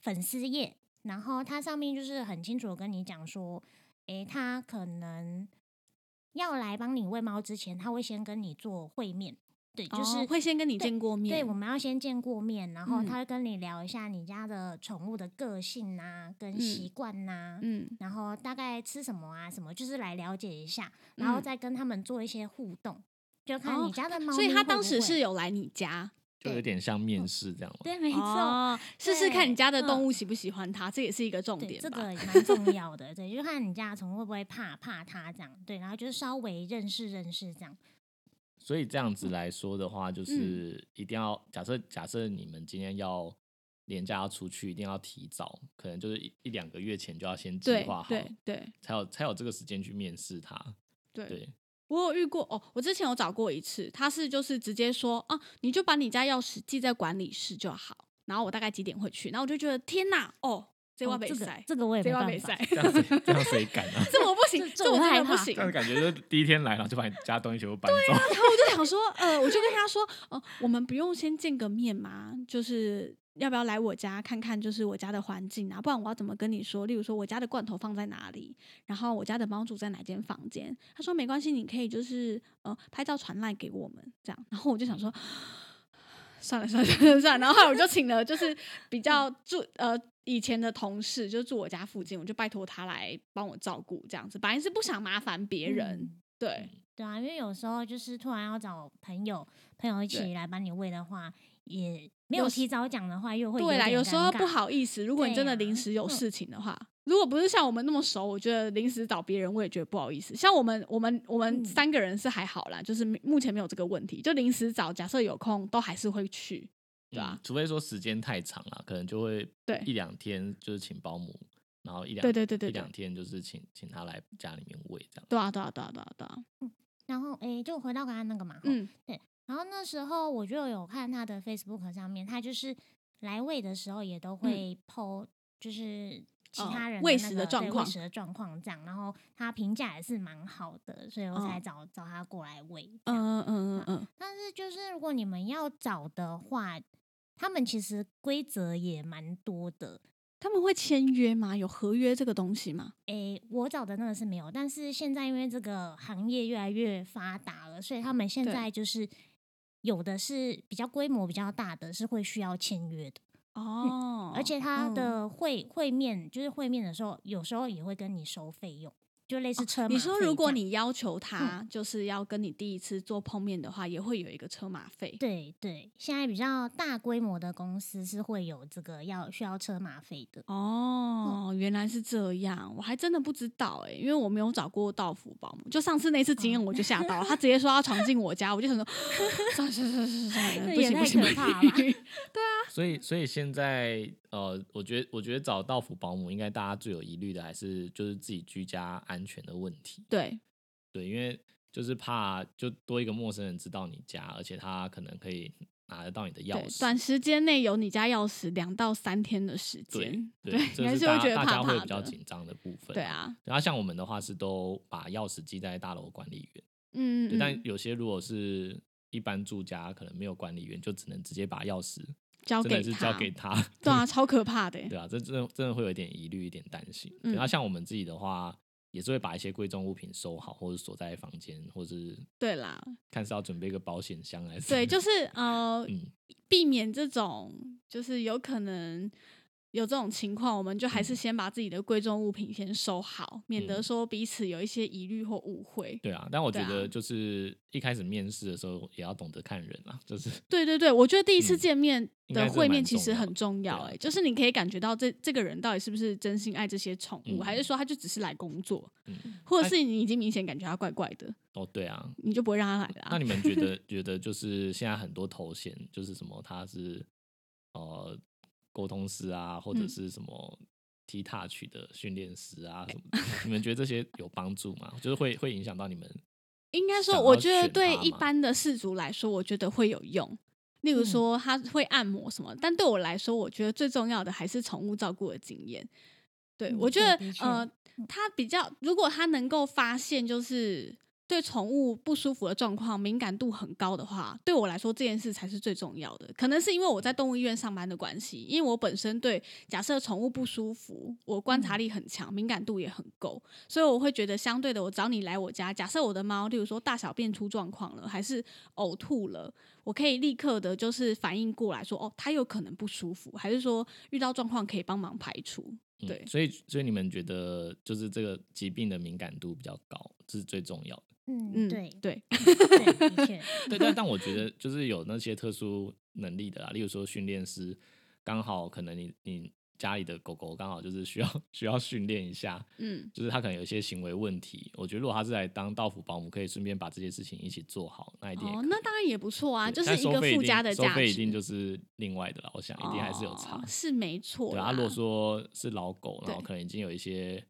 C: 粉丝页，然后它上面就是很清楚的跟你讲说，诶，它可能要来帮你喂猫之前，它会先跟你做会面，对，就是、
A: 哦会先跟你见过面，
C: 对，我们要先见过面，然后
A: 嗯
C: 他会跟你聊一下你家的宠物的个性啊，跟
A: 嗯
C: 习惯啊呐、
A: 嗯，
C: 然后大概吃什么啊，什么就是来了解一下，然后
A: 嗯
C: 再跟他们做一些互动，就看
A: 哦
C: 你家的猫咪会不
A: 所
C: 会、
A: 以他当时是有来你家，
B: 就有点像面试这样嘛。
C: 对，没错，
A: 哦，试试看你家的
C: 嗯
A: 动物喜不喜欢它，这也是一个重
C: 对，
A: 点
C: 这
A: 吧。
C: 个蛮重要的，对，就看你家的宠物会不会怕怕它这样，对，然后就是稍微认识认识这样，
B: 所以这样子来说的话，就是一定要假设假设你们今天要廉价要出去，一定要提早，可能就是一一两个月前就要先计
A: 对
B: 划好，
A: 对对
B: 才有才有这个时间去面试他。
A: 对，
B: 对，
A: 我有遇过哦，我之前有找过一次，他是就是直接说啊，你就把你家钥匙记在管理室就好，然后我大概几点会去，然后我就觉得天哪，哦，这
C: 哦
A: 话被
C: 这
A: 塞
C: 个，这个我也没
A: 这话
C: 办
A: 被
C: 法
A: 塞，，
B: 这样谁这样谁敢 啊？
A: 这我不行，
C: 这
A: 这我
C: 我
A: 真
C: 害
A: 的不
C: 怕
A: 行
B: 这。样感觉就是第一天来，然后就把你家东西全部搬走。
A: 然后我就想说，呃，我就跟他说，呃，我们不用先见个面嘛，就是要不要来我家看看，就是我家的环境啊，不然我要怎么跟你说？例如说我家的罐头放在哪里，然后我家的猫住在哪间房间。他说没关系，你可以就是呃拍照传来给我们这样。然后我就想说。 算了算了算了算了，然后后来我就请了，就是比较住呃以前的同事，就住我家附近，我就拜托他来帮我照顾这样子。本来是不想麻烦别人，
C: 嗯
A: 对，
C: 对啊，因为有时候就是突然要找朋友，朋友一
A: 对
C: 起来帮你喂的话，也没
A: 有
C: 有
A: 时
C: 提早讲的话，又会
A: 对啦，
C: 点
A: 有时候
C: 尴尬
A: 不。好意思，如果你
C: 对
A: 真的
C: 啊
A: 临时有
C: 嗯
A: 事情的话，如果不是像我们那么熟，我觉得临时找别人我也觉得不好意思。像我们我们我们
C: 嗯
A: 三个人是还好啦，就是没目前没有这个问题，就临时找，假设有空都还是会去。对啊
B: 嗯除非说时间太长了，可能就会
A: 对
B: 一两天就是请保姆，然后一两
A: 对对对对
B: 一
A: 对
B: 两，天就是请请他来家里面喂这样。
A: 对啊对啊对啊对啊对
C: 哦
A: 啊，
C: 然后诶，就回到刚刚那个嘛，嗯，
A: 嗯
C: 然后那时候我就有看他的 Facebook 上面，他就是来喂的时候也都会 PO，就是其
A: 嗯哦
C: 他人
A: 喂
C: 那
A: 食
C: 个
A: 的状
C: 对
A: 况
C: 喂食的状况这样，然后他评价也是蛮好的，所以我才
A: 哦
C: 找、找他过来喂。这
A: 嗯
C: 样
A: 嗯嗯嗯嗯，
C: 但是就是如果你们要找的话，他们其实规则也蛮多的。
A: 他们会签约吗？有合约这个东西吗？嗯
C: 诶，我找的那个是没有，但是现在因为这个行业越来越发达了，所以他们现
A: 对
C: 在就是有的是比较规模比较大的，是会需要签约的，
A: 哦
C: 而且他
A: 嗯
C: 的会会面就是会面的时候，有时候也会跟你收费用，就类似车马
A: 哦
C: 费这样、嗯
A: 你说，如果你要求他就是要跟你第一次做碰面的话，也会有一个车马费。
C: 对对，现在比较大规模的公司是会有这个要需要车马费的。
A: 哦，原来是这样，我还真的不知道哎、因为我没有找过到府保姆。就上次那次经验，我就吓到了，他直接说要闯进我家，我就想说，算了算了算了算了，
C: 这
A: 不
C: 也
A: 行不行，不
C: 太
A: 行
C: 可怕了吧
A: 啊
B: 所以，所以现在呃，我觉得我觉得找到府保姆，应该大家最有疑虑的还是就是自己居家安全的问题。
A: 对，
B: 对，因为就是怕就多一个陌生人知道你家，而且他可能可以拿得到你的钥
A: 对，短
B: 匙。
A: 时间内有你家钥匙，两到三天的时
B: 对
A: 间，
B: 对，
A: 你还
B: 这是
A: 会
B: 大
A: 觉得
B: 家大
A: 怕
B: 家会
A: 怕
B: 比较
A: 的。
B: 紧张的部分。
A: 对，啊，
B: 然后像我们的话是都把钥匙记在大楼管理员，
A: 嗯，
B: 对，
A: 嗯
B: 但
A: 嗯
B: 有些如果是一般住家，可能没有管理员，就只能直接把钥匙
A: 交
B: 真的
A: 给
B: 是
A: 他，
B: 交给他。
A: 对啊，超可怕的欸。
B: 对啊，这真的真的会有一点疑虑，一点担心。
A: 嗯
B: 然后、像我们自己的话，也是会把一些贵重物品收好，或者锁在房间，或是
A: 对啦，
B: 看是要准备一个保险箱还是
A: 对， 就是呃，
B: 嗯，
A: 避免这种就是有可能有这种情况，我们就还是
B: 嗯
A: 先把自己的贵重物品先收好，免得
B: 嗯
A: 说彼此有一些疑虑或误会。
B: 对啊。但我
A: 对
B: 觉
A: 啊
B: 得就是一开始面试的时候也要懂得看人啊，就是
A: 对对对，我觉得第一次
B: 嗯
A: 见面
B: 应
A: 的
B: 该是
A: 会面
B: 蛮
A: 其实
B: 重要
A: 很
B: 的
A: 重要、
B: 对啊
A: 哎、就是你可以感觉到这这个人到底是不是真心爱这些宠物，
B: 嗯
A: 还是说他就只是来工作，
B: 嗯，
A: 或者
B: 哎
A: 是你已经明显感觉他怪怪的，
B: 哦，对啊。
A: 你就不会让他来了、
B: 那你们觉得觉得就是现在很多头衔就是什么，他是呃沟通师啊，或者
A: 嗯
B: 是什么 T touch 的训练师啊什么的，你们觉得这些有帮助吗？就是会会影响到你们
A: 应该说，
B: 想
A: 我
B: 要
A: 觉得
B: 选
A: 对
B: 它
A: 一
B: 吗
A: 般的氏族来说，我觉得会有用。例如
C: 嗯
A: 说，他会按摩什么，但对我来说，我觉得最重要的还是宠物照顾的经验。对、
C: 嗯
A: 我觉
C: 对
A: 得
C: 的，确嗯
A: 呃，他比较，如果他能够发现，就是对宠物不舒服的状况敏感度很高的话，对我来说这件事才是最重要的。可能是因为我在动物医院上班的关系，因为我本身对假设宠物不舒服，我观察力很强，敏感度也很够，所以我会觉得相对的，我找你来我家，假设我的猫，例如说大小便出状况了，还是呕吐了，我可以立刻的就是反应过来说，哦，它有可能不舒服，还是说遇到状况可以帮忙排除。
B: 嗯
A: 对
B: 所以所以你们觉得就是这个疾病的敏感度比较高，这是最重要的。
C: 嗯，
A: 嗯，
C: 对，
A: 对，
C: 对，的确，
B: 对，但但我觉得就是有那些特殊能力的啦，例如说训练师，刚好可能你你家里的狗狗刚好就是需要需要训练一下，
A: 嗯
B: 就是它可能有一些行为问题。我觉得如果它是来当到府保姆，可以顺便把这些事情一起做好，那一定也
A: 哦
B: 可，
A: 那
B: 以
A: 当然也不错啊，
B: 对
A: 就是
B: 但
A: 一
B: 收
A: 个
B: 费
A: 附
B: 定
A: 加的
B: 收
A: 价值，
B: 费一定就是另外的了。我想一定还是有差。
A: 哦是没错
B: 对
A: 啦。
B: 啊，如果说是老狗，然后
A: 对
B: 可能已经有一些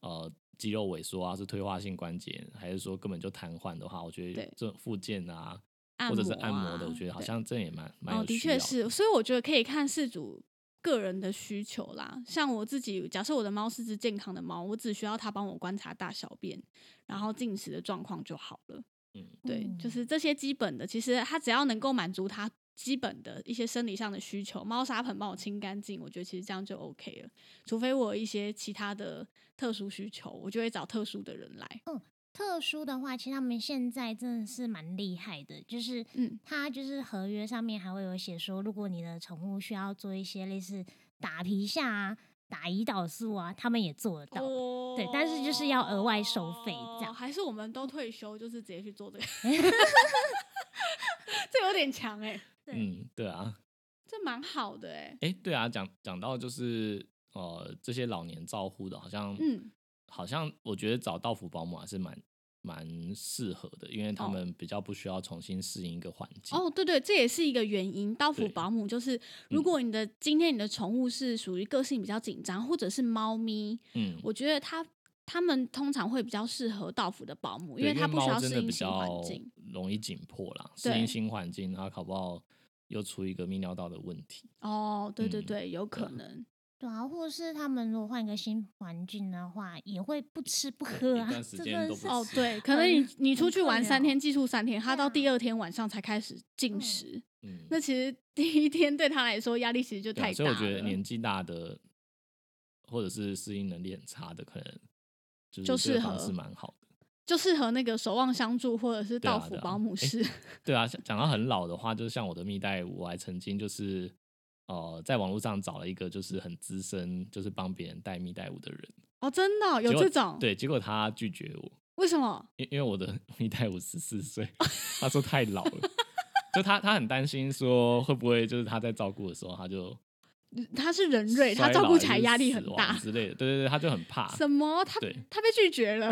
B: 呃肌肉萎缩啊，是退化性关节，还是说根本就瘫痪的话，我觉得
A: 对
B: 这种附件啊，
A: 按
B: 或者是
A: 摩
B: 按摩
A: 啊
B: 的，我觉得好
A: 对
B: 像这也蛮蛮有
A: 哦，的
B: 需
A: 确
B: 要
A: 是，所以我觉得可以看事主个人的需求啦。像我自己，假设我的猫是只健康的猫，我只需要它帮我观察大小便，然后进食的状况就好了。
B: 嗯，
A: 对，就
C: 嗯
A: 是这些基本的，其实它只要能够满足它基本的一些生理上的需求，猫砂盆帮我清干净，我觉得其实这样就 OK 了。除非我有一些其他的特殊需求，我就会找特殊的人来。
C: 特殊的话，其实他们现在真的是蛮厉害的，就是
A: 嗯
C: 它就是合约上面还会有写说，如果你的宠物需要做一些类似打皮下啊、打胰岛素啊，他们也做得到。
A: 哦
C: 对但是就是要额外收费这样
A: 还是我们都退休，就是直接去做这个？这有点强哎、
C: 对
B: 嗯，对啊，
A: 这蛮好的哎、
B: 哎，对啊，讲讲到就是呃这些老年照护的，好像
A: 嗯，
B: 好像我觉得找到府保姆还是蛮蛮适合的，因为他
A: 哦
B: 们比较不需要重新适应一个环境。
A: 哦，对对，这也是一个原因。到府
B: 对
A: 保姆就是，如果你的、今天你的宠物是属于个性比较紧张，或者是猫咪，
B: 嗯，
A: 我觉得它它们通常会比较适合到府的保姆，因
B: 对
A: 为
B: 因
A: 它不需
B: 猫
A: 要
B: 真
A: 适
B: 的
A: 应
B: 比
A: 新
B: 较
A: 环境。
B: 容易紧迫啦，适
A: 对
B: 应新环境，它搞不好又出一个泌尿道的问题。
A: 哦，对对
B: 嗯
A: 对，有
B: 对
A: 可
B: 啊
A: 能。
C: 对啊，或者是他们如果换一个新环境的话，也会不吃不喝啊
B: 一，段时
C: 这
B: 间都
C: 真的
B: 不
C: 是
B: 吃
A: 哦，对，可
C: 很
A: 能你你出
C: 很
A: 去玩
C: 困
A: 三
C: 扰
A: 天，寄宿三天，他
C: 对
A: 到
C: 啊
A: 第二天晚上才开始进
C: 嗯
A: 食，
B: 嗯，
A: 那其实第一天对他来说压力其实就
B: 对啊
A: 太大
B: 所以
A: 了。
B: 我觉得年纪大的，或者是适应能力很差的，可能就
A: 就是
B: 这个
A: 适
B: 方
A: 合
B: 式蛮好的。
A: 就适合那个守望相助或者是
B: 对
A: 到
B: 啊
A: 府
B: 对啊
A: 保姆
B: 诶
A: 式。
B: 对啊，讲讲到很老的话，就是像我的蜜袋鼯，我还曾经就是呃，在网络上找了一个就是很资深，就是帮别人带蜜袋鼯的人，
A: 哦，真的哦、有
B: 结果
A: 这种？，
B: 对，结果他拒绝我，
A: 为什么？
B: 因因为我的 蜜袋鼯十四岁，他说太老了。就他，他很担心说会不会就是他在照顾的时候，他就
A: 嗯他是人瑞，他
B: 衰
A: 照
B: 老
A: 顾
B: 还
A: 起来
B: 是
A: 压力
B: 死
A: 很
B: 亡
A: 大。
B: 之类的。对对对，他就很怕。
A: 什么？他
B: 对
A: 他被拒绝 了？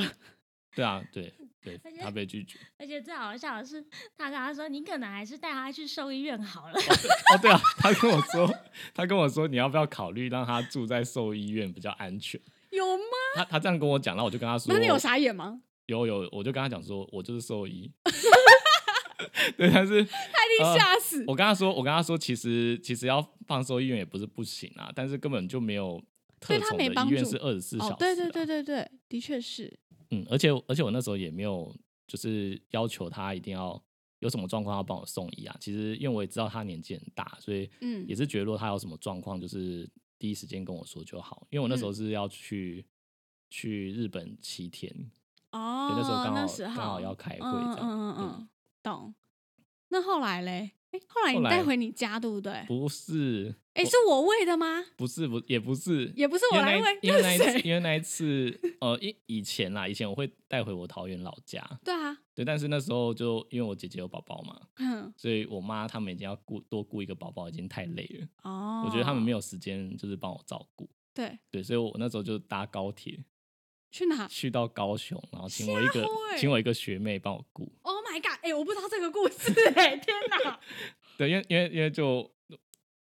B: 对啊，对对
C: 而，且
B: 他被拒绝。
C: 而且最好笑的是，他跟他说：“你可能还是带他去兽医院 好了。
B: 哦，对啊，他跟我说，他跟我说，你要不要考虑让他住在兽医院比较安全？
A: 有吗？
B: 他他这样跟我讲，然后我就呃跟他说，
A: 那你有傻眼吗？
B: 有有，我就跟他讲说，我就是兽医。 对，但
A: 他一
B: 是
A: 定
B: 呃
A: 吓死。
B: 我跟他说，我跟他说，其实其实要放兽医院也不是不行啊，但是根本就没有特
A: 对他
B: 宠
A: 没
B: 的
A: 帮
B: 医院
A: 助
B: 是二十四啊小时、
A: 哦，对对对，对对，的确是。
B: 嗯，而且而且我那时候也没有就是要求他一定要有什么状况要帮我送医啊。其实因为我也知道他年纪很大，所以
A: 嗯
B: 也是觉得如果他有什么状况，就是第一时间跟我说就好。因为我
A: 嗯
B: 那时候是要去、去日本七天，
A: 哦，
B: 对那时候刚好
A: 时
B: 刚
A: 候
B: 好要开会
A: 嗯
B: 这样
A: 嗯嗯
B: 嗯
A: 嗯，懂。那后来嘞？哎，后来
B: 后
A: 你
B: 来
A: 带回你家，对不对？
B: 不是，
A: 哎，是我喂的吗？
B: 不是不也不是，
A: 也不是我
B: 因为
A: 来
B: 那
A: 喂，
B: 一因为
A: 那
B: 那
A: 是
B: 一次
A: 谁？
B: 因为那一次呃，以以前啦，以前我会带回我桃园老家，
A: 对啊，
B: 对，但是那时候就因为我姐姐有宝宝嘛，
A: 嗯，
B: 所以我妈他们已经要顾多顾一个宝宝，已经太累了。
A: 哦，
B: 我觉得他们没
A: 有
B: 有时间就是帮我照顾，
A: 对
B: 对，所以我那时候就搭高铁
A: 去哪
B: 去到高雄，然后请我一个、
A: 唬欸
B: 请我一个学妹帮我顾，
A: ？Oh my god！哎、我不知道这个故事哎、天哪！
B: 对，因为因为因为就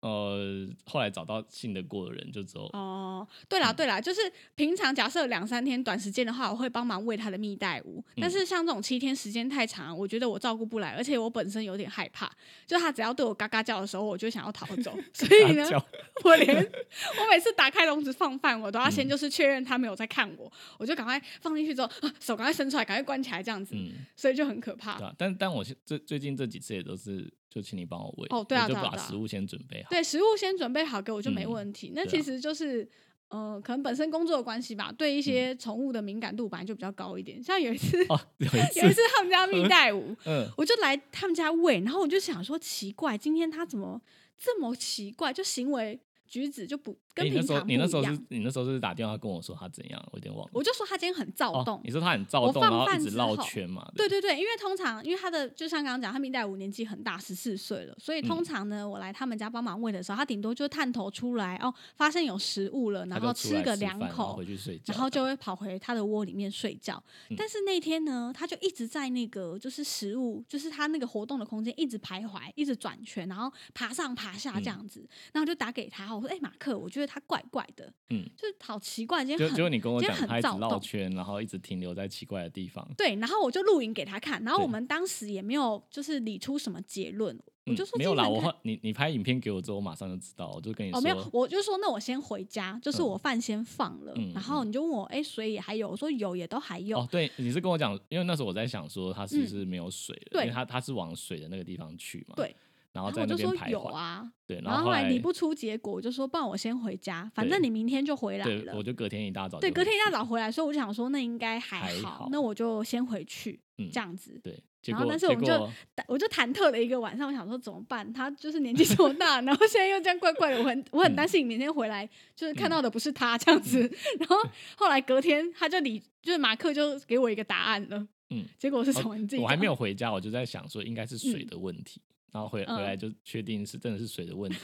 B: 呃，后来找到信得过的人，就只有
A: 哦，对啦对啦，就是平常假设两三天短时间的话，我会帮忙喂它的蜜袋鼯。
B: 嗯
A: 但是像这种七天时间太长，我觉得我照顾不来，而且我本身有点害怕，就它只要对我嘎嘎叫的时候，我就想要逃走。所以呢
B: 他，叫
A: 我 连我每次打开笼子放饭，我都要
B: 嗯
A: 先就是确认它没有在看我，我就赶快放进去之后，啊手赶快伸出来，赶快关起来这样子，
B: 嗯。
A: 所以就很可怕
B: 对。啊，但但我现最最近这几次也都是，就请你帮我喂
A: 哦对啊
B: 我就
A: 对啊
B: 把
A: 对啊
B: 食物先准备好。
A: 对，食物先准备好给我就没
B: 嗯
A: 问题。那
B: 对啊
A: 其实就是。呃，可能本身工作的关系吧，对一些宠物的敏感度本来就比较高一点。像有一次，
B: 嗯哦，有一
A: 有一
B: 次，
A: 次他们家蜜袋鼯，
B: 嗯，
A: 我就来他们家喂，然后我就想说奇怪，今天它怎么这么奇怪？就行为举止就不跟
B: 诶你
A: 平
B: 那时
A: 常
B: 候
A: 不
B: 你那时
A: 一
B: 候
A: 样
B: 是。你那时候是打电话跟我说他怎样，我有点忘了。
A: 我就说它今天很躁动
B: 哦，，你说他很躁
A: 我
B: 动，
A: 放
B: 然后
A: 饭
B: 一直
A: 之
B: 绕
A: 后
B: 圈嘛？
A: 对对对，因为通常因为他的就像刚刚讲，他明代五年纪很大，十四岁了，所以通
B: 嗯
A: 常呢，我来他们家帮忙喂的时候，他顶多就探头出来哦，发现有食物了，
B: 他
A: 然
B: 就
A: 后
B: 出来
A: 个
B: 吃
A: 两
B: 饭然后
A: 口
B: 回。去睡觉，
A: 然后就会跑回他的窝里面睡觉，
B: 嗯
A: 但是那天呢，他就一直在那个就是食物，就是他那个活动的空间一直徘徊，一直转圈，然后爬上爬下这
B: 嗯
A: 样子。然后我就打给他，我说：“哎、马克，我觉得他怪怪的，
B: 嗯，
A: 就是好奇怪，今
B: 就
A: 天很
B: 就你跟我
A: 今
B: 讲
A: 天，很
B: 他一直
A: 躁
B: 绕
A: 动
B: 圈，然后一直停留在奇怪的地方。
A: 对，然后我就录影给他看，然后我
B: 对
A: 们当时也没有就是理出什么结论，我就
B: 嗯
A: 说
B: 没有啦，
A: 精神
B: 我
A: 看
B: 后你你拍影片给我之后，我马上就知道，我就跟你说，
A: 哦没有，我就说那我先回家，就是
B: 嗯
A: 我饭先放了，
B: 嗯
A: 然后
B: 嗯
A: 你就问我哎、水也还有，我说有也都还有，嗯
B: 哦，对，你是跟我讲，因为那时候我在想说他是不是没有水了，
A: 对
B: 因为他他是往水的那个地方去嘛，
A: 对，
B: 然后
A: 然后我
B: 在那
A: 就
B: 边
A: 说
B: 徘
A: 有
B: 徊，
A: 啊，
B: 对，
A: 然
B: 后
A: 后后
B: 来
A: 来你不出结果，我就说不然我先回家，反正
B: 对
A: 你明天就回来
B: 对，
A: 了
B: 我。就隔天一大早就
A: 对，隔
B: 回
A: 天一大
B: 去，
A: 早回来，所以我就想说那应该还
B: 还好
A: 那我就先回去、
B: 嗯
A: 这样子。
B: 对，结
A: 然后
B: 果
A: 但是
B: 结
A: 我们就
B: 果
A: 我就忐忑了一个晚上，我想说怎么办？他就是年纪这么大， 然后现在又这样怪怪的，我很我
B: 嗯
A: 很担心你明天回来就是看到的不是他这样子。 然后后来隔天他就理，就是马克就给我一个答案了。
B: 嗯，
A: 结果是什么？你自己
B: 我还
A: 讲
B: 没有回家，我就在想说应该是水
A: 嗯
B: 的问题。然后回
A: 嗯
B: 回来就确定是真的是水 的问题，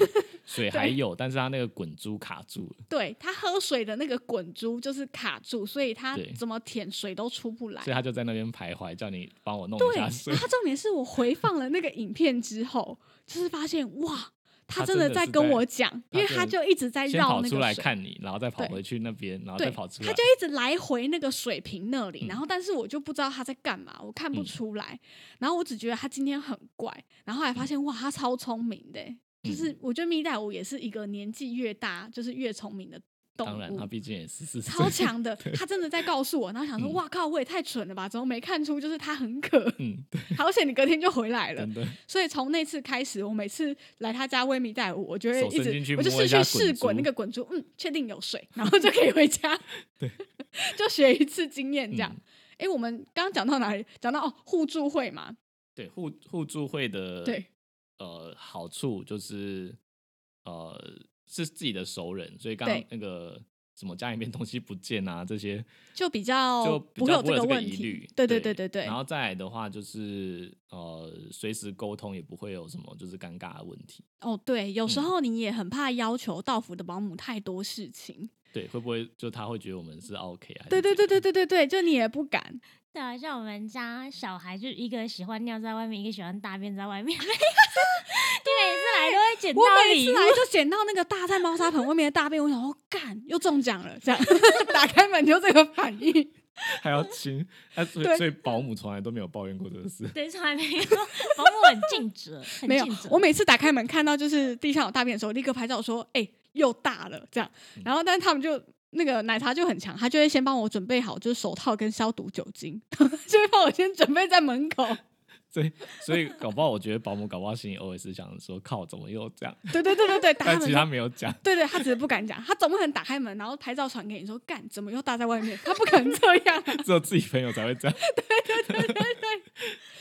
B: 水还有，但是他那个滚珠卡住了，
A: 对他喝水的那个滚珠就是卡住，所以他
B: 对
A: 怎么舔水都出不来
B: 所。以他就在那边徘徊，叫你帮我弄一
A: 对，
B: 下
A: 然
B: 水
A: 后。重点是我回放了那个影片之后，就是发现哇，他
B: 他
A: 真
B: 真
A: 的
B: 的
A: 在
B: 是
A: 跟
B: 在
A: 我讲，因为
B: 真
A: 他
B: 的
A: 就一直在
B: 先
A: 绕
B: 跑
A: 那
B: 出
A: 个
B: 来
A: 水。
B: 看你，然后再跑
A: 对
B: 回去那边，然后
A: 对
B: 再跑出来。
A: 他就一直来回那个水瓶那里，
B: 嗯
A: 然后但是我就不知道他在干嘛，我看不
B: 嗯
A: 出来。然后我只觉得他今天很怪，然后还
B: 嗯
A: 发现哇，他超聪明的欸、就是我觉得蜜袋鼯也是一个年纪越大就是越聪明的动
B: 当然，他
A: 物。
B: 毕竟也是四十
A: 超
B: 岁，
A: 强的，他真的在告诉我，然后想说，
B: 嗯
A: 哇靠，我也太蠢了吧，怎么没看出就是他很渴？
B: 嗯，对，
A: 好险你隔天就回来了
B: 真，的。
A: 所以从那次开始，我每次来他家喂蜜袋鼯，我就会
B: 手
A: 一
B: 伸进
A: 直
B: 去
A: 我就
B: 摸
A: 是
B: 一
A: 去
B: 下
A: 试
B: 滚珠
A: 滚那个滚珠，嗯，确定有水，然后就可以回 家。对，就学一次经验这样。
B: 嗯
A: 哎、我们刚刚讲到哪里？讲到哦，互助会嘛。
B: 对互互助会的
A: 对
B: 呃好处就是呃是自己的熟人，所以刚
A: 对
B: 刚那个什么家里面东西不见啊这些，
A: 就比较
B: 就比
A: 不会
B: 较
A: 有
B: 不
A: 这
B: 会有
A: 个问
B: 疑
A: 题
B: 虑。。
A: 对
B: 对
A: 对对对
B: 然后再来的话就是呃随时沟通也不会有什么就是尴尬的问题。
A: 哦对，有时
B: 嗯
A: 候你也很怕要求到府的保姆太多事情。
B: 对，会不会就他会觉得我们是 OK 还是
A: 对对对
B: 怎样
A: 对对对对，就你也不敢。
B: 哎
C: 对啊，像我们家小孩就一个喜欢尿在外面，一个喜欢大便在外面。 你每次来都会捡到
A: 我每
C: 礼
A: 次
C: 物
A: 来，就捡到那个大在猫砂盆外面的大便，我想说哦干又中奖了，这样 打开门就这个反应。
B: 还要亲，啊、所
A: 对
B: 以所以保姆从来都没有抱怨过这个事。
C: 对，从来没 有。保姆很尽责，很
A: 没有
C: 尽责，
A: 我每次打开门看到就是地上有大便的时候，我立刻拍照说：“哎、又大了。”这样，然后但是他们就那个奶茶就很强，他就会先帮我准备好就是手套跟消毒酒精， 就会帮我先准备在门口。
B: 所以所以搞不好我觉得保姆搞不好心里 OS 想说靠怎么又这样，
A: 对对对对 对，打开
B: 但其
A: 门
B: 实他
A: 说。
B: 没有讲。
A: 对对，他只是不敢讲，他总不可能打开门然后拍照传给你说干怎么又大在外面， 他不可能这样啊、
B: 只有自己朋友才会这 样。对对对对对，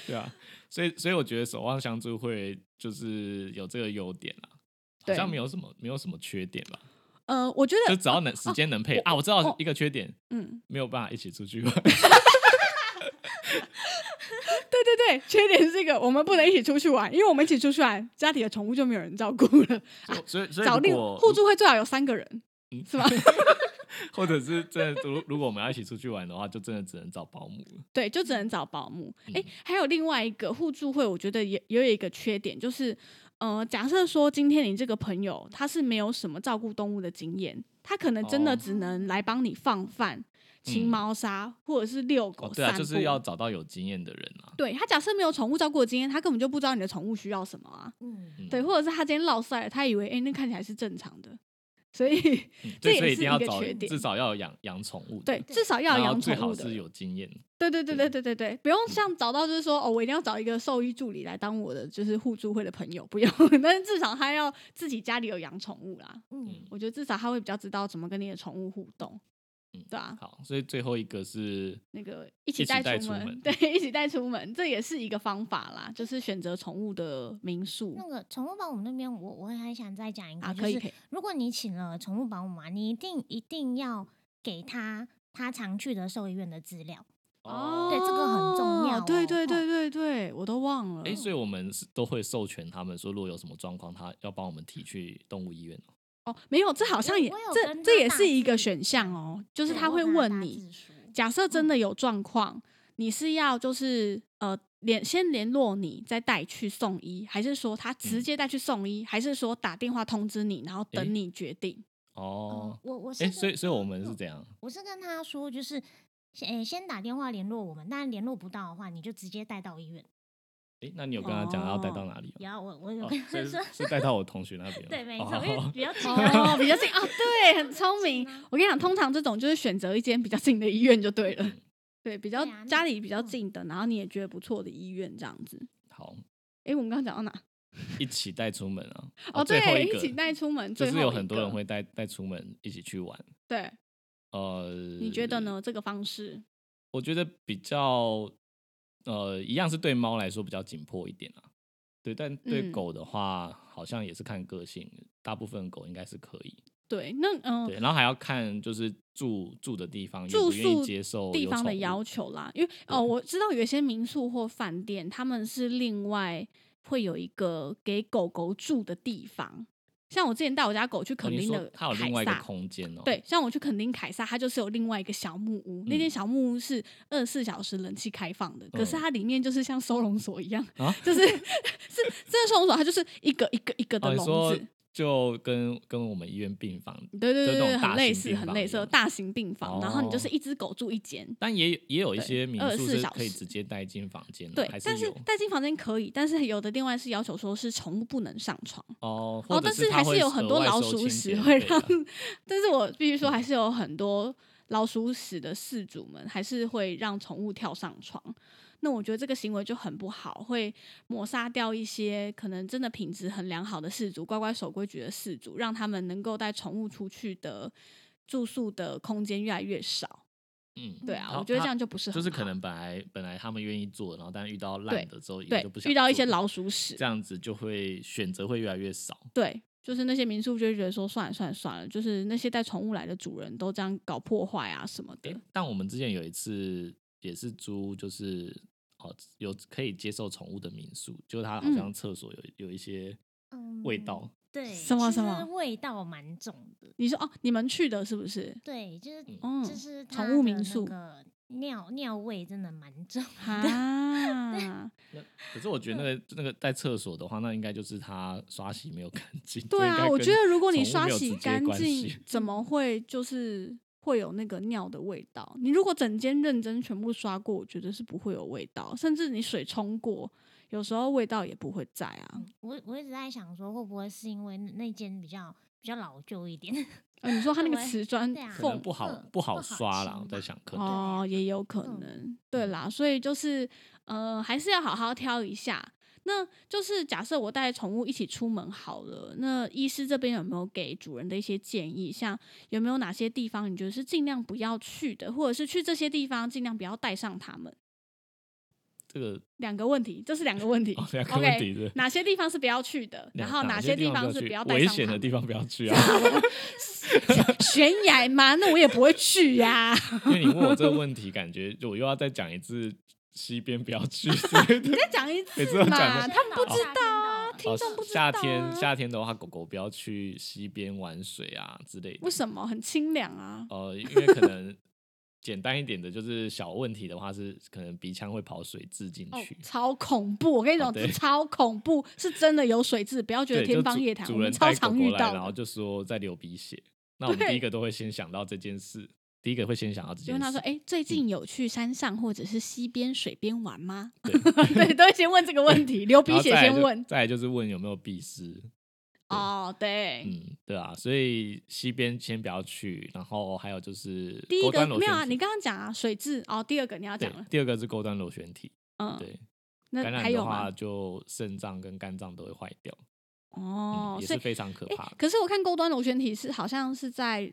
B: 对啊，所以所以我觉得守望相助会就是有这个优点啦，好
A: 对
B: 像没有什么没有什么缺点吧，
A: 呃，我觉
B: 就
A: 得，
B: 只要能时间能配
A: 我
B: 啊，我知
A: 哦
B: 道一个缺点
A: 嗯，
B: 没有办法一起出去 玩，
A: 对对对，缺点是一个我们不能一起出去玩，因为我们一起出去玩，家里的宠物就没有人照顾了。
B: 所以所以
A: 找
B: 如
A: 另
B: 果
A: 互助会最好有三个人，是吧？
B: 或者是真的如如果我们要一起出去玩的话，就真的只能找保姆了。
A: 对，
B: 嗯
A: 就只能找保姆。哎、还有另外一个互助会，我觉得也也有一个缺点，就是呃，假设说今天你这个朋友他是没有什么照顾动物的经验，他可能真的
B: 哦
A: 只能来帮你放饭、清
B: 嗯
A: 猫砂，或者是遛狗、
B: 哦，对啊，
A: 散
B: 就是
A: 步
B: 要找到有经验的人啊。
A: 对他假设没有宠物照顾的经验，他根本就不知道你的宠物需要什么啊。
C: 嗯，
B: 嗯
A: 对，或者是他今天落塞了，他以为哎、诶那看起来是正常的，所以
B: 嗯
A: 这
B: 对，
A: 也
B: 所
A: 是
B: 以一定
A: 一
B: 要
A: 个
B: 找
A: 缺，点
B: 至少要有养养宠物的，
A: 对至少要
B: 嗯然
A: 有
B: 后
A: 养
B: 最
A: 宠
B: 好
A: 物的
B: 是
A: 人。
B: 有经验。
A: 对对对对对对对，不用像找到就是说哦，我一定要找一个兽医助理来当我的就是互助会的朋友，不用。 但是至少他要自己家里有养宠物啦，
C: 嗯，
A: 我觉得至少他会比较知道怎么跟你的宠物互动。
B: 嗯
A: 对啊，
B: 好，所以最后一个是
A: 那个一起
B: 一起
A: 带
B: 带
A: 出
B: 出
A: 门，
B: 门
A: 对，一起带出门，这也是一个方法啦，就是选择宠物的民宿
C: 那个宠物保姆那边，我我还想再讲一个，
A: 啊，
C: 就
A: 可以
C: 是
A: 可以，
C: 如果你请了宠物保姆啊，你一定一定要给他他常去的兽医院的资料。
B: 哦
C: 对这个很重要
A: 哦对
C: 哦
A: 对
C: 哦
A: 对对对，我都忘了。
B: 哎、所以我们是都会授权他们说，如果有什么状况，他要帮我们提去动物医院哦。
A: 哦，没有，这好像也
C: 我有
A: 这
C: 跟他
A: 这也
C: 大
A: 是一
C: 致
A: 个选项哦，就是
C: 对
A: 他
C: 我
A: 会
C: 有跟
A: 问
C: 大
A: 你，
C: 致说
A: 假设真
C: 嗯
A: 的有状况，你是要就是呃联先联络你，再带去送医，还是说他直
B: 嗯
A: 接带去送医，还是说打电话通知你，然后
B: 诶
A: 等你决 定？
B: 哦
C: 嗯，我我是
B: 哎、
C: 跟
B: 所以所以我们是
C: 嗯
B: 这样，
C: 我是跟他说，就是先、诶先打电话联络我们，但联络不到的话，你就直接带到医院。
B: 哎、那你有跟他讲要带到哪里、哦？
C: 然后我我有
B: 哦
C: 跟他
B: 所以
C: 说，，
B: 是是带到我同学那边吗
C: 对，没
B: 哦
C: 错，因为比较近啊。
A: 哦，比较近啊，对，很聪明。我跟你讲，通常这种就是选择一间比较近的医院就对了
B: 嗯，
A: 对，比较
C: 对啊那
A: 家里比较
C: 嗯
A: 近的，然后你也觉得不错的医院这样子。
B: 好，
A: 诶，我们刚刚讲到哪？
B: 一起带出门啊。
A: 哦，
B: 最后
A: 对，
B: 个
A: 一起带出门，
B: 就
A: 最
B: 是
A: 后
B: 有
A: 一
B: 很多
A: 个
B: 人会带带出门一起去玩。
A: 对，
B: 呃，
A: 你觉得？呢？这个方式
B: 我觉得比较呃，一样是对猫来说比较紧迫一点啊。对，但对
A: 嗯
B: 狗的话，好像也是看个性，大部分狗应该是可以。
A: 对，那嗯，
B: 对，然后还要看就是住住的地方愿
A: 住
B: 不愿
A: 宿
B: 意接受
A: 地
B: 有
A: 方的
B: 宠物
A: 要求啦，因为哦，
B: 对
A: 我知道有一些民宿或饭店，他们是另外会有一个给狗狗住的地方。像我之前带我家狗去
B: 哦
A: 垦
B: 你
A: 丁
B: 说
A: 的
B: 它有
A: 凯
B: 另外一个
A: 撒，
B: 空间哦。
A: 对，像我去垦丁凯撒，它就是有另外一个小木屋，那间
B: 嗯
A: 小木屋是二十四小时冷气开放的，可是
B: 嗯
A: 它里面就是像收容所一样，
B: 啊，
A: 就是 是真的收容所，它就是一个一个一个的
B: 哦，你
A: 笼
B: 说
A: 子，
B: 就跟跟我们医院病房，
A: 对对
B: 就
A: 对
B: 那
A: 对，
B: 种大
A: 很类
B: 型
A: 似，
B: 病
A: 很
B: 房
A: 类
B: 一
A: 似的
B: 样
A: 大型病房，然后你就是
B: 哦
A: 一只狗住一间，
B: 但也也有一
A: 对
B: 些民
A: 24
B: 宿是
A: 小
B: 可以
A: 时
B: 直接带进房间的，
A: 对
B: 还，
A: 但是
B: 有
A: 带进房间可以，但是有的另外是要求说是宠物不能上床
B: 哦，或
A: 哦，
B: 者
A: 但
B: 是它
A: 还
B: 会
A: 是有很
B: 额
A: 多
B: 外
A: 老
B: 收
A: 鼠
B: 清
A: 屎
B: 洁
A: 会
B: 费嗯
A: 让
B: 啊，
A: 但是我必须说还是有很多老鼠屎的饲主们还是会让宠物跳上床，那我觉得这个行为就很不好，会抹杀掉一些可能真的品质很良好的饲主，乖乖守规矩的饲主，让他们能够带宠物出去的住宿的空间越来越少。
B: 嗯，
A: 对啊，
B: 它
A: 我觉得
B: 它
A: 这样就不是很
B: 就是可
A: 好
B: 能本来本来他们愿意做，然后但遇到
A: 对
B: 烂的之后也
A: 对
B: 就不想
A: 遇到一
B: 做
A: 些老鼠屎
B: 这样子就会选择会越来越少。
A: 对，就是那些民宿就会觉得说，算了算了算了，就是那些带宠物来的主人都这样搞破坏啊什么的
B: 诶。但我们之前有一次也是租，就是哦有可以接受宠物的民宿，就它好
A: 嗯
B: 像厕所有有一些
C: 嗯
B: 味道，
C: 对，
A: 什么
C: 其
A: 什
C: 实
A: 么
C: 味道蛮重的。
A: 你说哦，你们去的是不 是？
C: 对，就是
A: 嗯
C: 就是
A: 宠
C: 它
A: 物
C: 的
A: 民
C: 那
A: 宿
C: 个尿尿味真的蛮重的。
A: 啊，
B: 那可是我觉得那
A: 嗯
B: 个那个在厕所的话，那应该就是他刷洗没有干净。
A: 对
B: 这应
A: 啊，
B: 该
A: 我
B: 跟
A: 觉得如果你
B: 宠物
A: 刷
B: 没有
A: 洗
B: 直接
A: 干
B: 关
A: 净
B: 系，
A: 怎么会就是会有那个尿的味道？你如果整间认真全部刷过，我觉得是不会有味道，甚至你水冲过，有时候味道也不会在啊
C: 嗯。我我一直在想说，会不会是因为那那间比较比较老旧一点？
A: 呃，你说它那个
C: 对
A: 瓷砖
C: 对啊
B: 可
A: 缝
B: 能不好
C: 嗯
B: 不
C: 不
B: 好
C: 好
B: 刷啦
C: 清，
B: 我在
C: 吧
B: 想可能。
A: 哦，也有可
C: 嗯
A: 能，对啦，所以就是呃，还是要好好挑一下。那就是假设我带宠物一起出门好了，那医师这边有没有给主人的一些建议？像有没有哪些地方你觉得是尽量不要去的，或者是去这些地方尽量不要带上它们？
B: 这个。
A: 两个问题，这是两个问题
B: 哦，两个
A: OK，
B: 问题是
A: 哪些地方是不要去的？
B: 两
A: 然后
B: 哪
A: 些地
B: 方
A: 是
B: 去
A: 不要带
B: 危
A: 上
B: 险
A: 它
B: 的
A: 们
B: 地方不要 去啊？
A: 悬崖嘛，那我也不会去呀、
B: 因为你问我这个问题，感觉就我又要再讲一次 西边不要去之 类的。
A: 再讲一次
B: 每次都讲
A: 嘛，
B: 的
A: 啊他们不知道
C: 道
A: 听众不知道啊
B: 哦夏天夏天的话，狗狗不要去溪边玩水啊之类的。哦
A: 为什么很清凉啊。
B: 呃，因为可能简单一点的，就是小问题的话是可能鼻腔会跑水渍进
A: 哦
B: 去，，
A: 超恐怖！我跟你讲，
B: 哦对
A: 这超恐怖，是真的有水蛭，不要觉得
B: 对，就
A: 天方
B: 主
A: 夜谭，我
B: 主
A: 们
B: 人
A: 超
B: 带狗
A: 常
B: 狗
A: 遇
B: 来，
A: 到
B: 然后
A: 的。
B: 就说在流鼻血，那我们
A: 对
B: 第一个都会先想到这件事，第一个会先想到这
A: 就
B: 件
A: 问
B: 事。
A: 他说：“哎、最
B: 嗯
A: 近有去山上或者是溪边、水边玩 吗？”
B: 对
A: 对，都会先问这个问 题， 流鼻
B: 然后
A: 血
B: 再来
A: 先
B: 就嗯
A: 问。
B: 再来就是问有没有鼻湿，
A: 哦，对，
B: 嗯，对啊，所以西边先不要去，然后还有就是
A: 第一
B: 钩
A: 个
B: 端螺
A: 没有啊，
B: 旋
A: 你
B: 体，
A: 刚刚讲啊，水蛭哦，第二个你要讲
B: 对
A: 了，，
B: 第二个是钩端螺旋体，
A: 嗯，
B: 对，
A: 那还
B: 感染的
A: 有
B: 话
A: 吗？
B: 就肾脏跟肝脏都会坏掉，
A: 哦，
B: 嗯，也
A: 所
B: 是
A: 以
B: 非常可
A: 哎、
B: 怕的。
A: 可是我看钩端螺旋体是好像是在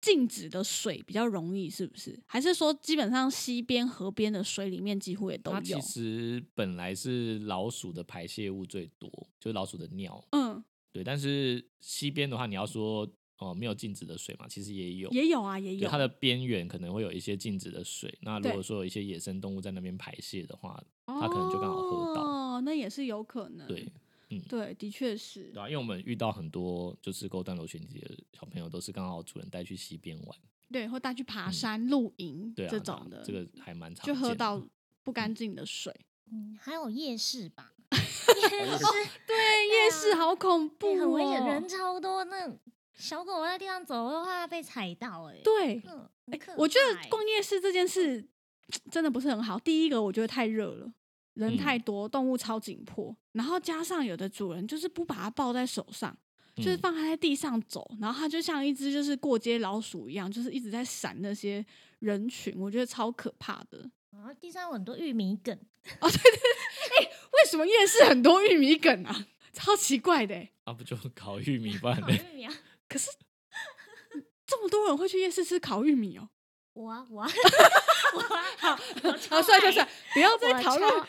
A: 静止的水比较容易，是不是？还是说基本上溪边、河边的水里面几乎也都
B: 它
A: 有
B: 其？实本来是老鼠的排泄物最多，就是老鼠的尿，
A: 嗯，
B: 对，但是西边的话，你要说哦、呃没有静止的水嘛，其实也有，
A: 也有啊，也
B: 就
A: 有。
B: 它的边缘可能会有一些静止的水。那如
A: 对
B: 果说有一些野生动物在那边排泄的话，它可能就刚好喝到
A: 哦，那也是有可能。
B: 对，嗯，
A: 对，的确是
B: 对。啊，因为我们遇到很多就是钩端螺旋体的小朋友，都是刚好主人带去西边玩，
A: 对，或带去爬
B: 嗯
A: 山、露营
B: 对啊，
A: 这
B: 对啊
A: 种的，
B: 这个还蛮常
A: 就喝
B: 见的嗯
A: 到不干净的水。
C: 嗯，还有夜市 吧，夜市
A: 对，夜市
C: 啊
A: 好恐怖、哦，
C: 对很危险，人超多，那小狗在地上走的话被踩到、欸，哎，
A: 对，
C: 嗯，
A: 哎
C: 很可
A: 我觉
C: 怕
A: 得
C: 欸
A: 逛夜市这件事真的不是很好。第一个，我觉得太热了，人
B: 嗯
A: 太多，动物超紧迫，然后加上有的主人就是不把它抱在手上。就是
B: 嗯
A: 放它在地上走，然后它就像一只就是过街老鼠一样，就是一直在闪那些人群，我觉得超可怕的。
C: 然后地上有很多玉米梗，
A: 为什么夜市很多玉米梗啊？ 超奇怪的欸、
B: 啊，不就 烤玉米 饭
C: 烤
B: 嘞？
C: 玉米啊，
A: 这么多人会去夜市吃烤玉米哦、
C: 我啊 我啊我啊，好，我超
A: 好，算了
C: 爱
A: 算了，不要再
C: 我
A: 讨
C: 超
A: 论，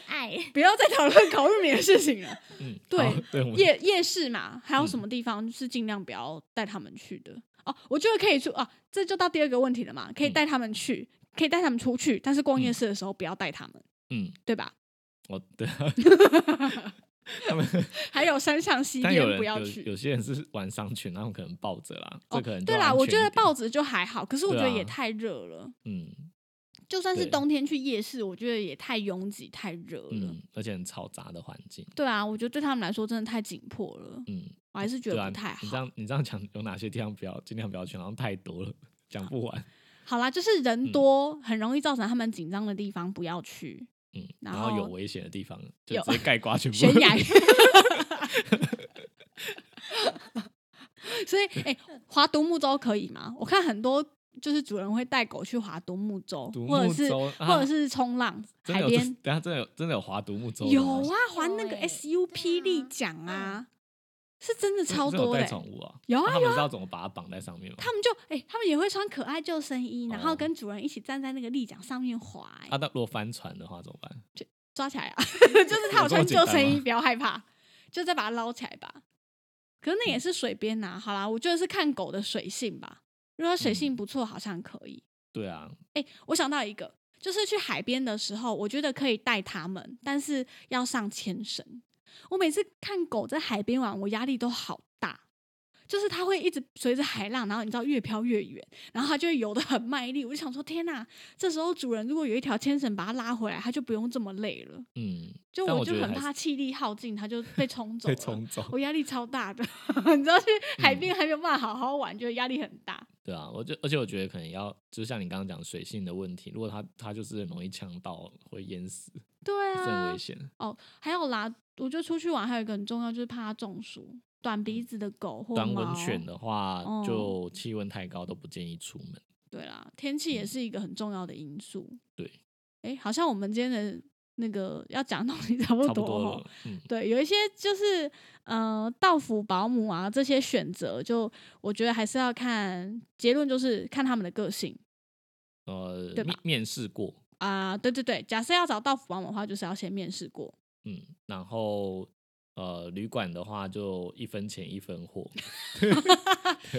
C: 爱。
A: 不要再讨论烤玉米的事情了。
B: 嗯，
A: 对
B: 好对，我们
A: 夜夜市嘛，还有什
B: 嗯
A: 么地方是尽量不要带他们去的？哦，我觉得可以出啊，这就到第二个问题了嘛，可以
B: 嗯
A: 带他们去，可以带他们出去，但是逛夜
B: 嗯
A: 市的时候不要带他们，
B: 嗯，
A: 对吧？
B: 我对啊，他们
A: 还有山上溪
B: 但有
A: 边
B: 人
A: 不要
B: 有
A: 去。
B: 有些人是玩商群，他们可能抱着啦，
A: 哦
B: 这可能就
A: 对啦，
B: 安
A: 我
B: 全
A: 觉得
B: 一点
A: 报纸就还好，可是我觉
B: 对
A: 得也
B: 啊
A: 太热了。
B: 嗯
A: 就算是
B: 对
A: 冬天去夜市，我觉得也太拥挤、太热了。
B: 嗯，而且很嘈杂的环境，
A: 对啊，我觉得对他们来说真的太紧迫了，
B: 嗯，
A: 我还是觉
B: 对
A: 得
B: 啊，
A: 不太
B: 你
A: 好
B: 这。样你这样讲有哪些地方不要尽量不要去，好像太多了，讲不完，
A: 好啦，就是人
B: 嗯
A: 多、很容易造成他们紧张的地方不要去。
B: 嗯，
A: 然
B: 然后有
A: 后
B: 危险的地方就
A: 有
B: 直接盖瓜全部
A: 悬崖。所以，哎、划独木舟可以吗？我看很多就是主人会带狗去划独木舟，
B: 独
A: 或者
B: 木
A: 是、
B: 舟
A: 或者
B: 啊
A: 是冲浪
B: 真
A: 海
B: 的有
A: 边。
B: 等下真的有真的有划独木舟的吗，
A: 有啊，还那个
C: 有欸
A: SUP
C: 对啊
A: 力奖
B: 嗯
A: 啊，是真的超
B: 真的有
A: 多的、
B: 带
A: 欸
B: 宠物啊，
A: 有
B: 那
A: 啊
B: 他们知道怎么把它绑在上面吗？
A: 他们就哎、他们也会穿可爱救生衣，然后
B: 哦
A: 跟主人一起站在那个立桨上面滑、欸
B: 啊，那如果翻船的话怎么办？
A: 抓起来啊！ 就是他有
B: 有这
A: 穿救
B: 么简单
A: 生衣，
B: 吗
A: 不要害怕，就再把它捞起来吧。可是那
B: 嗯
A: 也是水边呐、好啦，我觉得是看狗的水性吧。如果它水
B: 嗯
A: 性不错，好像可以。
B: 对啊，
A: 哎、我想到一个，就是去海边的时候，我觉得可以带它们，但是要上牵绳。我每次看狗在海边玩，我压力都好大，就是它会一直随着海浪，然后你知道越飘越远，然后它就会游得很卖力。我就想说，天呐，这时候主人如果有一条牵绳把它拉回来，它就不用这么累了。
B: 嗯，
A: 就
B: 但
A: 我
B: 我
A: 就
B: 觉得
A: 很
B: 还
A: 怕气力耗尽，它就被冲走
B: 被
A: 了。
B: 冲走，嗯
A: 我压力超大的， 你知道去海边还没有办法好好玩，就压力很大。
B: 对啊，我就而且我觉得可能要，就像你刚刚讲水性的问题，如果它它就是很容易呛到，会淹死，
A: 对
B: 是很
A: 啊
B: 危，险。
A: 哦，还有啦，我觉得出去玩还有一个很重要，就是怕它中暑。短鼻子的狗或
B: 当
A: 猫
B: 嗯温泉的话，
A: 哦
B: 就气温太高都不建议出门。
A: 对啦，天气也
B: 嗯
A: 是一个很重要的因素。
B: 对，
A: 哎，好像我们今天的那个要讲的东西 差不
B: 差不
A: 多
B: 多
A: 哦。
B: 了，嗯，
A: 对，有一些就是呃，到府保姆啊这些选择，就我觉得还是要看结论，就是看他们的个性
B: 呃
A: 对，吧
B: 面面试过，
A: 啊、对对对，假设要找到府保姆的话，就是要先面试 过。
B: 嗯，然后呃，旅馆的话就一分钱一 分货，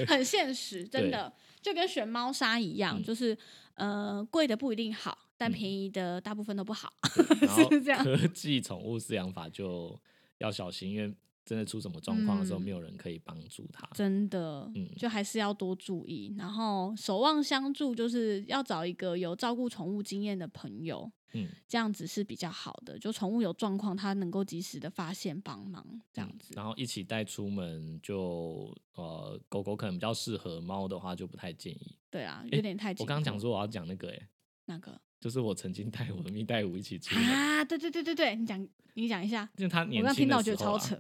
A: 很现实，真
B: 对
A: 的就跟选猫砂一样，
B: 嗯
A: 就是呃贵的不一定好，但
B: 嗯
A: 便宜的 大部分都不好。
B: 对然后
A: 是这样
B: 科技宠物饲养法就要小心，因为真的出什么状况的时候，
A: 嗯
B: 没有人可以帮助他。
A: 真的
B: 嗯，
A: 就还是要多注意。然后守望相助，就是要找一个有照顾宠物经验的朋友，
B: 嗯，
A: 这样子是比较好的。就宠物有状况，他能够及时的发现帮忙，这样子。
B: 嗯然后一起带出门就呃，狗狗可能比较适合，猫的话就不太建议。
A: 对啊，
B: 诶
A: 有点太紧
B: 我
A: 迫。
B: 刚刚讲说我要讲那个、欸，
A: 那个
B: 就是我曾经带我的蜜袋鼯一起出门，
A: 啊，对对对对对，你讲你讲一下。
B: 因为它
A: 我
B: 年
A: 刚
B: 轻
A: 听到
B: 的
A: 觉
B: 时
A: 得
B: 候、
A: 超
B: 啊，
A: 扯，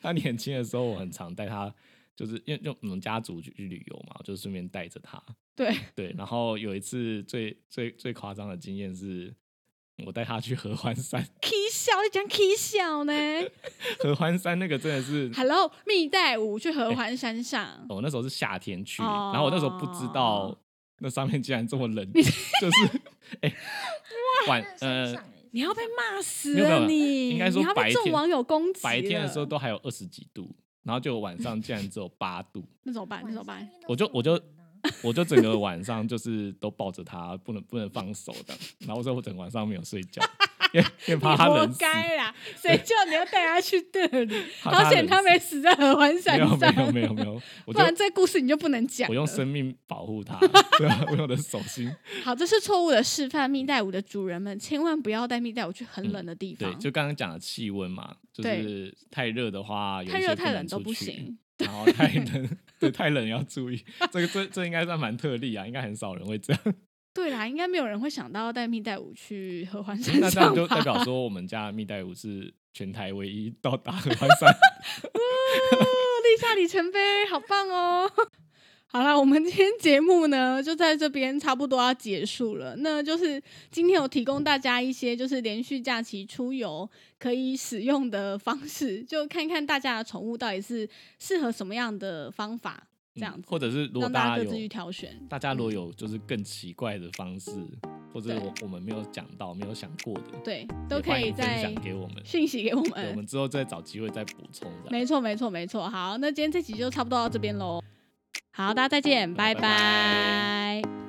B: 他年轻的时候，我很常带他，就是因为因为我们家族去旅游嘛，我就顺便带着他。
A: 对
B: 对，然后有一次最最最夸张的经验是，我带他去合欢山，
A: k 笑就讲 k 笑呢。
B: 合欢山那个真的是
A: Hello，蜜袋鼯去合欢山上，
B: 我哦那时候是夏天去，
A: 哦
B: 然后我那时候不知道那上面竟然这么冷， 就是哎、晚呃
C: 上欸
A: 你要被骂死
B: 没有没有
A: 了你！
B: 应该说
A: 你要
B: 白
A: 被众
B: 天
A: 网友攻击。
B: 白天的时候，都还有二十几度，然后就晚上竟然只有八度，
A: 那怎么办？那
C: 晚
A: 怎么
C: 上
A: 办？
C: 运动
B: 我就
C: 不
B: 我就
C: 可能啊
B: 我就整个晚上就是都抱着他，不能不能放手的。然后我说我整个晚上没有睡觉，因为 因为怕他
A: 活
B: 冷死。
A: 该啦！谁叫你要带他去那里？
B: 怕他
A: 好险他
B: 冷
A: 没死在合欢
B: 死
A: 山
B: 没
A: 上，
B: 有没有没有没有，
A: 不
B: 我就
A: 然这故事你就不能讲了。
B: 我用生命保护他，对啊，我用我的手心，
A: 好，这是错误的示范。蜜袋鼯的主人们千万不要带蜜袋鼯去很
B: 嗯
A: 冷的地
B: 对，
A: 方，
B: 就刚刚讲的气温嘛，就是太热的话，有
A: 太
B: 一
A: 热
B: 些
A: 太
B: 能
A: 冷都
B: 出
A: 不
B: 去
A: 行。。
B: 然后太冷，对，太冷要注意。这个这这应该算蛮特例啊，应该很少人会这样。
A: 对啦，应该没有人会想到要带蜜袋鼯去合欢山
B: 嗯那这样
A: 上
B: 就代
A: 吧？
B: 表说，我们家的蜜袋鼯是全台唯一到达合欢 山。
A: 哦，立下里程碑，好棒哦！ 好了，我们今天节目呢就在这边差不多要结束了。那就是今天有提供大家一些就是连续假期出游可以使用的方式，就看看大家的宠物到底是适合什么样的方法，这样
B: 嗯
A: 子、
B: 或者是如果
A: 让大
B: 大
A: 家
B: 家
A: 各
B: 有
A: 自去挑选。
B: 大家如果有就是更奇怪的方式，或者
A: 对
B: 我我们没有讲到、没有想过的，
A: 对，都
B: 也
A: 可
B: 欢
A: 以
B: 迎分
A: 在呃
B: 享给我们，
A: 讯息给我
B: 对，我
A: 们。
B: 们之后再找机会再补充这样。
A: 没错，没错，没错。好，那今天这集就差不多到这边喽。好，大家再见，
B: 拜
A: 拜拜